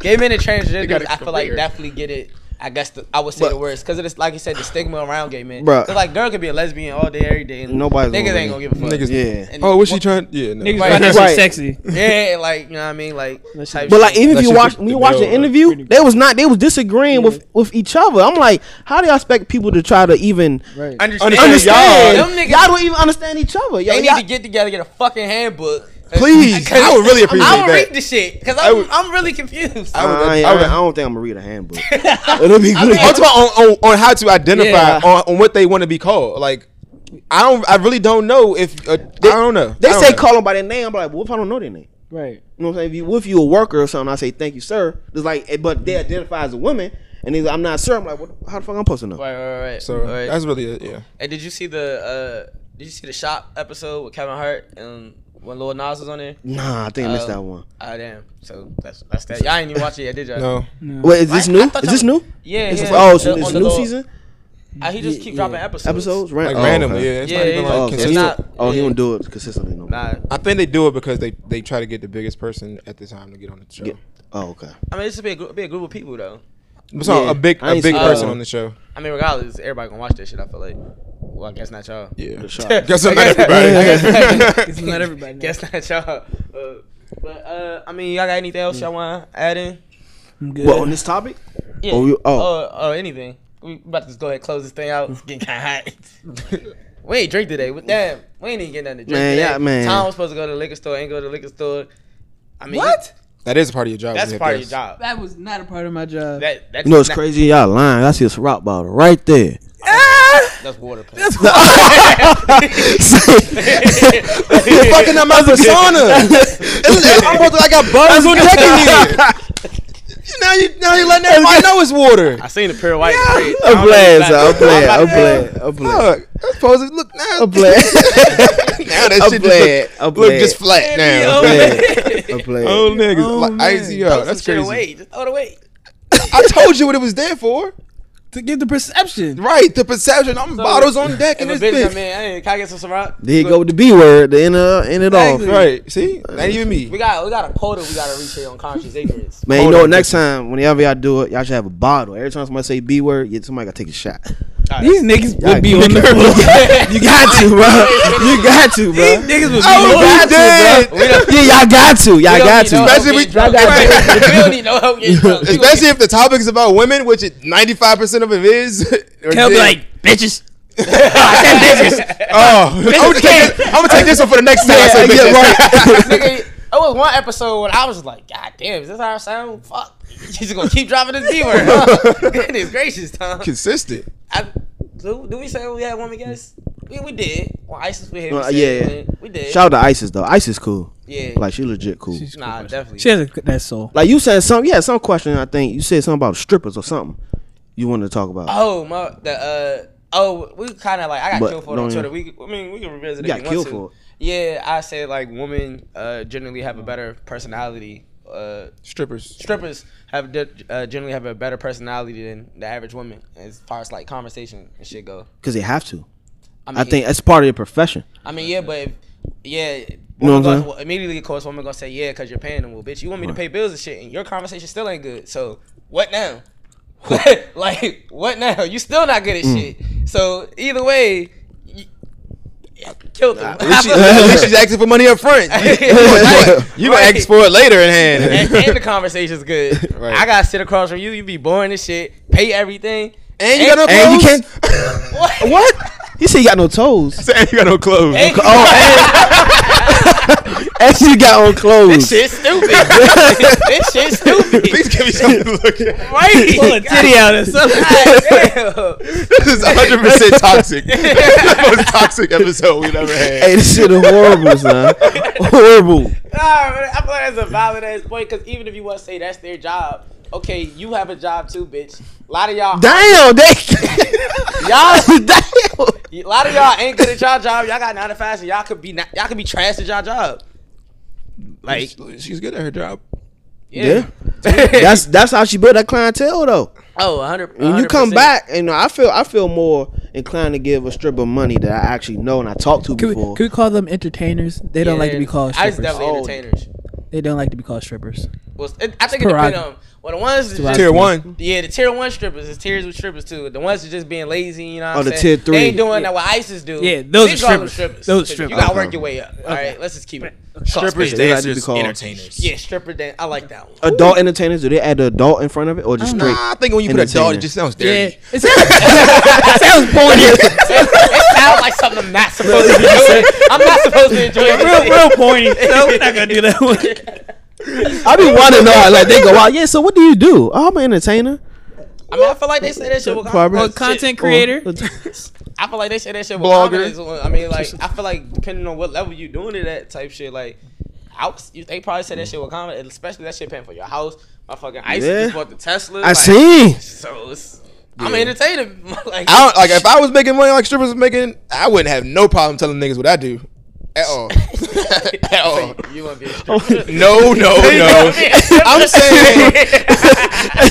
gay men and transgender. got a I feel like career. definitely get it. I guess the, I would say the worst because it's like you said, the stigma around gay men. Bruh. Cause like girl could be a lesbian all day, every day. And Nobody's niggas gonna ain't gonna really- give a fuck. Niggas. <laughs> yeah. And Oh, what's she what- trying? Yeah, no. niggas Right. find that shit Right. sexy Yeah, like you know what I mean, like type But like shit. even That if you shit watch was when you the watch the bill, like, interview, they was not they was disagreeing with with each other. I'm like, how do y'all expect people to try to even right understand, understand? Them Y'all, niggas, don't even understand each other. Yo, they need y'all- to get together, get a fucking handbook. Please, I would really appreciate I don't that. read the shit because I I'm, would- I'm really confused. I, would- ain't- I I, would- don't- I don't think I'm gonna read a <laughs> handbook. It'll be good. I'm talking about on, on, on how to identify Yeah. on, on what they want to be called. Like, I don't. I really don't know if uh, I don't know. They I don't say know. call them by their name. I'm like, what if I don't know their name? right You know what I'm saying? If you what if you a worker or something, I say thank you, sir. It's like, eh, but they identify as a woman, and they, I'm not sir. I'm like, what, how the fuck I'm supposed to know? Right, right, right. So right. that's really it. Yeah. Hey, did you see the uh did you see the shop episode with Kevin Hart and when Lil Nas was on there? Nah, I think I missed Oh. that one. Ah damn. So that's that's that. Y'all ain't even watch it yet, did y'all? No. Wait, is this I- I new? thought Is this y'all- new? Yeah, Is yeah. this, oh, so On it's the new Lil- season. Uh, he just keep Yeah. dropping episodes. Episodes, right? Like Oh, randomly. okay. Yeah. It's Yeah, not even yeah, like. Oh, It's okay. he, not- oh, he yeah. don't do it consistently no more. Nah. I think they do it because they they try to get the biggest person at the time to get on the show. Oh, okay. I mean it's just be a group be a group of people though. So Yeah. a big I a ain't big seen that person one. on the show. I mean regardless, everybody gonna watch that shit, I feel like. Well, I guess not y'all. Yeah. sure. <laughs> <laughs> Guess I'm not I guess- everybody. it's not everybody knows. <laughs> Guess not y'all. Uh, but uh I mean y'all got anything Mm. else y'all wanna add in? I'm good. Well, on this topic, Yeah. Oh, you- oh. Or, or anything. We about to just go ahead and close this thing out. It's getting kind of hot. we ain't drink today. Well, Damn, we ain't even getting nothing to drink Man, today. yeah, man. Tom was supposed to go to the liquor store. Ain't go to the liquor store. I mean, what? <laughs> That is a part of your job. That's you hit part of your this. job. That was not a part of my job. That that's You know it's not- crazy, y'all lying. I see a rock bottle right <laughs> there. That's water play. You're fucking up my <laughs> persona. It's- I'm supposed to, I got buttons on deck in <laughs> here. Now you now you letting everybody know it's water. I seen a pair of white. Yeah, I'm playing, son. I'm playing. I'm playing. I'm playing. Look, I'm supposed to look now. I'm <laughs> playing. now that I'm shit playing. just I'm look, playing. look just flat now. I'm <laughs> <laughs> playing. I'm Oh playing. niggas, Oh, like, I man. see y'all. That's crazy. Away. Just throw it away. I told you what it was there for. To get the perception. Right, the perception. I'm bottles on deck in If this a bitch bitch. come in, hey, can I get some Ciroc? There you go with the B word. The end of end it off. Exactly. Right, see, not even me. <laughs> We got we got a quota. We got to reach here on <laughs> conscious ignorance. Man, you Hold know what? on. Next time, whenever y'all do it, y'all should have a bottle. Every time somebody say B word, yeah, somebody gotta take a shot. These niggas Y'all would be on the gotta- floor. <laughs> you got to, bro. You got to, bro. These niggas would be Oh, on the we dead. We don't, Yeah, y'all got to. Y'all we don't got need to. no help Especially getting we- drunk. <laughs> Right. we don't need no help getting drunk. <laughs> We gonna Especially if the topic is about women, which it 95% of it is. <laughs> or They'll be did. like, bitches. <laughs> oh, I'm gonna, take this, I'm gonna take this one for the next time. I say Yeah, bitches. <laughs> right. nigga, it was one episode when I was just like, God damn, is this how I sound? Fuck. <laughs> He's just gonna keep dropping this D <laughs> word. Huh? Goodness gracious, Tom. <laughs> Consistent. I, do, do we say we had woman guests? We, we did. When ISIS was here, we Uh, said yeah. women. we did. Shout out to ISIS though. ISIS cool. yeah. Like she legit cool. nah, definitely. She has a, that soul. Like you said some, yeah, some question. I think you said something about strippers or something. You wanted to talk about. Oh my, the uh, oh, we kind of like I got But killed for it don't on even- Twitter. We, I mean, we can revisit. You if got want killed to. for it. Yeah, I said like women uh generally have a better personality. Uh, <laughs> Strippers. strippers have de- uh, generally have a better personality than the average woman as far as like conversation and shit go. Because they have to. I mean, I think that's part of your <laughs> profession. I mean, yeah, but if, yeah. You know what woman I'm gonna- immediately, of course, woman gonna say, "Yeah, cause you're paying them." Well, bitch, you want me to pay bills and shit, and your conversation still ain't good. So what now? <laughs> like what now? You still not good at Mm. shit. So either way, you, yeah, killed <laughs> them. At least she- at least she's asking for money up front. You gonna ask for it later in and, hand. <laughs> and the conversation's good. Right. I gotta sit across from you. You be boring as shit. Pay <laughs> everything. <laughs> And you got no clothes. And you <laughs> can't. What? What? You said you got no toes. and you got no clothes. Hey, oh, <laughs> And you got on <laughs> this clothes. shit's <laughs> stupid. this shit's stupid. Please give me something to look at. Right? Pull a titty out or something. <laughs> God damn. This is 100 percent toxic. This is the most toxic episode we've ever had. Hey, this shit is horrible, son. horrible. Nah, man, I feel like that's a valid ass point because even if you want to say that's their job, okay, you have a job too, bitch. A lot of y'all, Damn, they. <laughs> y'all, Damn. a lot of y'all ain't good at y'all job. Y'all got nine to five, and y'all could be not, y'all could be trash at y'all job. Like, she's good at her job. <laughs> yeah. That's that's how she built that clientele though. oh, 100. When you come back, and I feel I feel more inclined to give a stripper money that I actually know and I talked to Can we, before. can we call them entertainers? They don't like to be called I was strippers. definitely Oh. entertainers. They don't like to be called strippers. Well, it, I think it depends prerogative. on. Well, the ones that's just Tier one. Yeah, the tier one strippers is tiers with strippers too. The ones that just being lazy, you know. What Oh, I'm the saying? tier three. They ain't doing that what ISIS do. Yeah, those They are call them strippers. Those are 'cause strippers. You gotta work Okay. your way up. All right, let's just keep it. Strippers, They like to be dancers, called- entertainers. Yeah, stripper dance. I like that <laughs> one. adult entertainers, do they add the adult in front of it or Oh, just straight? Nah, I think when you put a dog, Entertainer. it just sounds Yeah, dirty. <laughs> it sounds, <laughs> it sounds <laughs> pointy. it, it sounds like something I'm not supposed to be <laughs> doing. I'm not supposed to enjoy it. real, real pointy. So we're not gonna do that <laughs> one. I be wanting to know, how, like they go out. Yeah, so what do you do? Oh, I'm an entertainer. I mean, I feel like they say that shit with Barbara. Or content confidence. creator. <laughs> I feel like they say that shit with Blogger. confidence. I mean, like I feel like depending on what level you doing it at, type shit. Like, I was, you- they probably say that shit with confidence, especially that shit paying for your house. My fucking ice Yeah. just bought the Tesla. I like, <laughs> see. So it's, I'm entertaining. <laughs> like, I don't like if I was making money like strippers was making, I wouldn't have no problem telling niggas what I do. At all. At all. you want to be a stripper? Oh, <laughs> No, no, no. I'm saying <laughs>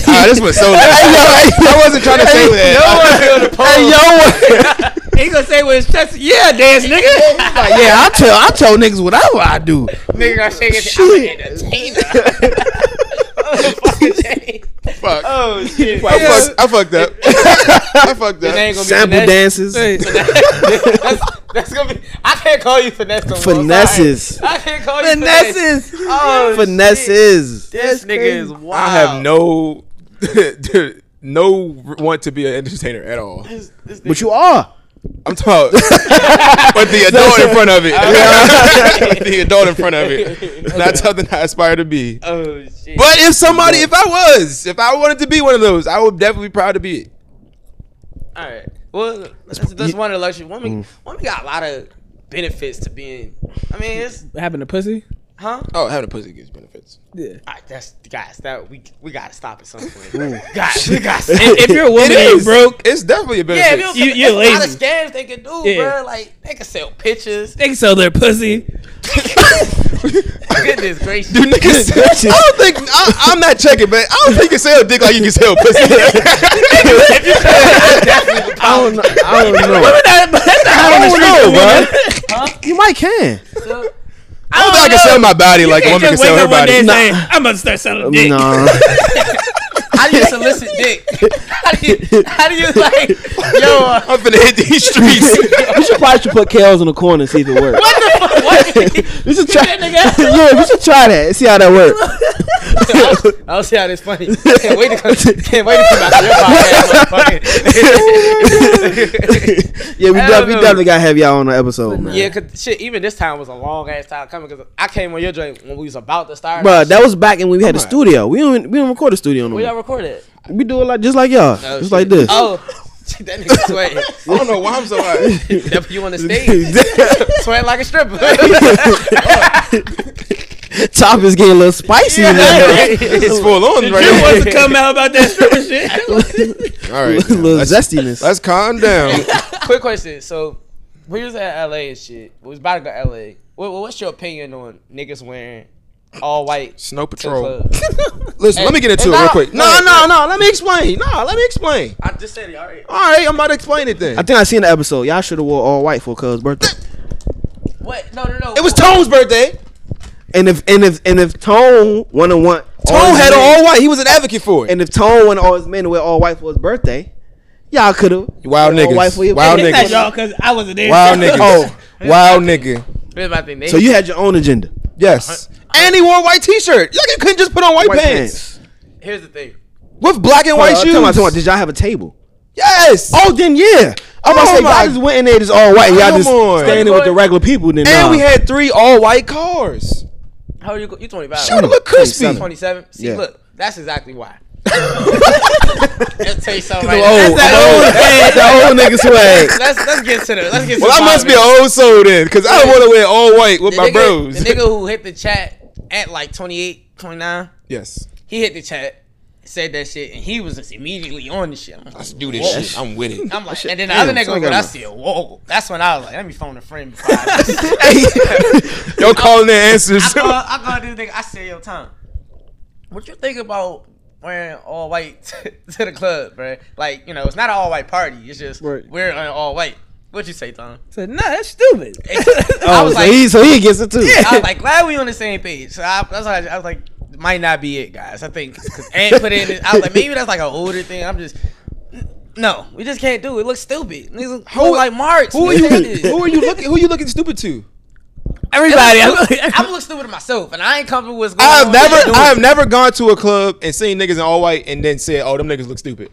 Ah, this was so I wasn't trying to say that. <laughs> Hey yo, He gonna say with his chest, yeah, dance, <laughs> nigga. like, yeah, I tell I tell niggas what I, what I <laughs> do. Nigga gonna shake his Shit. <laughs> Fuck. Oh shit! I, fucked, I fucked up. I fucked Your up. name gonna be Sample Finesse. dances. <laughs> <laughs> that's, that's gonna be. I can't call you finesse. No more. Finesses. Sorry. I can't call you finesse. <laughs> Finesses. Oh, shit. Finesses. This nigga is wild. I have no <laughs> no want to be an entertainer at all. This, this <laughs> nigga, But you are. I'm <laughs> talking with the adult in front of it. with <laughs> the adult in front of it. It's not something I aspire to be. Oh shit. But if somebody, if I was, if I wanted to be one of those, I would definitely be proud to be it. All right. Well, that's, that's one of the luxury. Women, women got a lot of benefits to being. I mean, it's Having a pussy? huh? Oh, having a pussy gives benefits. Yeah. All right, that's guys. That we we gotta stop at some point. guys, we got. If you're a woman and you broke, It's definitely a Yeah, benefit. if You- you, you're you a lot of lazy. scams they can do, Yeah. bro. Like they can sell pictures. <laughs> they can sell their pussy. Goodness gracious. Do <laughs> niggas? <laughs> I don't think I, I'm not checking, but I don't think you can sell dick like you can sell <laughs> pussy. <laughs> I don't know. I don't know. Women not, but <laughs> that's not how I women don't treat women. know, bro. You might can. I don't think I can sell my body like a They woman can just sell wake her up one day body. and Nah. say, I'm about to start selling dick. <laughs> Nah. How do you solicit dick? How do you how do you like yo <laughs> uh, <laughs> I'm finna hit these <laughs> <laughs> streets. we should probably should put Kels in the corner and see if it works. what <laughs> the fuck? We should try. that nigga? <laughs> yeah, we should try that. and See how that works. I'll see how this funny. Can't wait to come, can't wait to <laughs> come out to your <laughs> podcast, motherfucker. <laughs> yeah, we, I def- don't we know. definitely gotta have y'all on the episode, man. yeah, cause shit, even this time was a long ass time coming. Cause I came on your joint when we was about to start. Bro, that was back when we had the studio. We don't we don't record the studio no we all more. recorded. We do it like just like y'all, Oh, just shit. like this. Oh, <laughs> shit, that nigga <laughs> sweating. I don't know why I'm so high. That you on the stage, <laughs> sweating like a stripper. <laughs> Top is getting a little spicy. in there. <laughs> It's full on You right want to come out about that stripper shit? now. All right, <laughs> little let's, zestiness. let's calm down. <laughs> Quick question. So, we was at LA and shit. We was about to go to LA. What, what- what's your opinion on niggas wearing all white? to Snow the Patrol. <laughs> club? Listen, let me get into and it real <laughs> now- quick. No, no, no. Let me explain. No, let me explain. I just said it. All right. All right, I'm about to explain it then. I think I seen the episode. Y'all should have wore all white for Cuz birthday. What? No, no, no. It was Tone's birthday. And if and if and if Tone wanna want all Tone his had men- all white. He was an advocate for it. and if Tone wanted all his men to wear all white for his birthday, y'all could <laughs> have Wild niggas. <laughs> Wild It's not niggas. y'all because I wasn't there. Wild nigga. Oh. <laughs> wild nigga. That's my thing. They, So you had your own agenda. Yes. And he wore a white t-shirt. Like you couldn't just put on white, White pants. pants. here's the thing. with black and Wait, white uh, shoes. Tell me, tell me, did y'all have a table? yes. Oh, then yeah. I'm about Oh to say my- y'all just went in there just all white. and Y'all Come just on. standing with the regular people. Then and nah. we had three all-white cars. How are you? go- You 25. Shoot, it look crispy. 27. 27. See, Yeah. look, that's exactly <laughs> why. let's tell you something right Oh, now. oh, that's the <laughs> old <laughs> nigga swag. Let's let's get to the let's get. Well, to I the must be bottom of an old soul then, because I don't want to wear all white with it. my the nigga, bros. The nigga who hit the chat at like 28, 29, <laughs> yes. he hit the chat, said that shit, and he was just immediately on the shit. I'm like, Let's do this shit. I'm with it. I'm like and then the damn, other nigga son was got like, I him. said, whoa. That's when I was like, let me phone a friend. Before <laughs> I, do this. <laughs> Yo, calling their I <laughs> answers. <laughs> called I called this nigga. I said, yo, Tom, what you think about wearing all white <laughs> to the club, bruh? Like, you know, it's not an all white party. It's just Right. we're an all white. What you <laughs> say, Tom? said, nah, that's stupid. Oh, I was so like, he so he gets it too. I was like, glad we on the same page. So I, that's why I, I was like, might not be it, guys. I think because Ant put it in. I was like, maybe that's like an older thing. I'm just. No, we just can't do it. It looks stupid. Niggas who, like March. who are you? niggas. Who are you looking? Who are you looking stupid to? Everybody. I'm I'm looking stupid to myself, and I ain't comfortable with what's going I have on. never, I I've, have never gone to a club and seen niggas in all white and then said, "Oh, them niggas look stupid."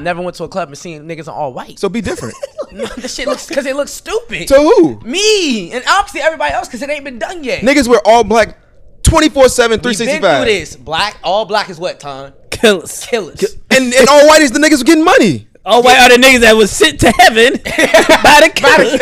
never went to a club and seen niggas in all white. So be different. No, <laughs> this shit looks because it looks <laughs> stupid. to who? me and obviously everybody else because it ain't been done yet. Niggas wear all black, 24/7, We've been through 365, this. Black, all black is what Tom killers. killers. and and all white is the niggas getting <laughs> money. All white are the niggas that was sent to <laughs> heaven by the killers.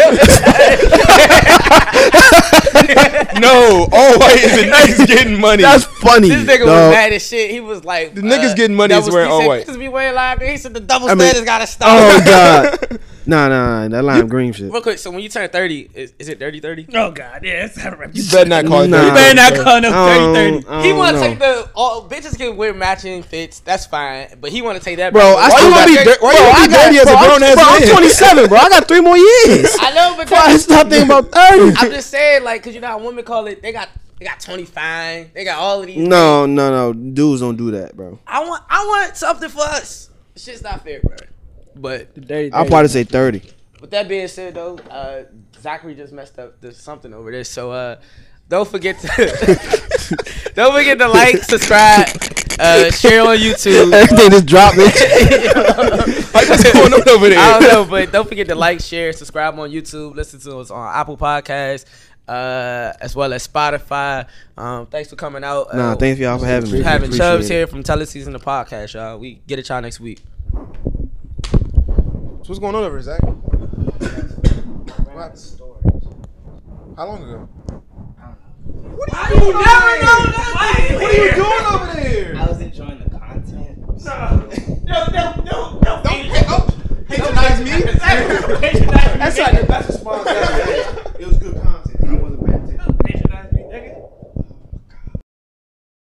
No, all white is the niggas getting money. <laughs> That's funny. This nigga dog. was mad as shit. He was like, uh, the niggas getting money is wearing all white. Niggas be wearing like he said the double mean- standards gotta stop. <laughs> Oh god. Nah, nah, nah, that lime green shit. <laughs> Real quick, so when you turn thirty, is, is it dirty thirty? Oh, God. Yeah, that's how to You better not call it. Nah. dirty You better not thirty, call no Um, 30 I He don't want to know. take the all bitches can wear matching fits. That's fine, but he want to take that. Bro, I back. Why still you got wanna be that- dirt- why bro, you wanna I be got- dirty as a bro, I'm- grown-ass bro, I'm <laughs> man? 27, bro. I got three more years. I know <laughs> Before I because stop thinking about <laughs> 30. I'm just saying, like, cause you know how women call it. They got they got twenty fine. They got all of these. No, no, no. Dudes don't do that, bro. I want I want something for us. This shit's not fair, bro. But I'll probably say 30. with that being said, though, uh, Zachary just messed up the something over there. So uh, don't forget to <laughs> don't forget to <laughs> like, subscribe, uh, share on YouTube. Everything just dropped. it. Like What's going on over there? I don't know, but don't forget to like, share, subscribe on YouTube. Listen to us on Apple Podcasts, uh, as well as Spotify. Um, thanks for coming out. Nah, uh, thanks y'all for having me. having Appreciate Chubbs it. here from Tele Season the podcast, y'all. We get it y'all next week. What's going on over there, Zach? How long ago? You never know nothing. <laughs>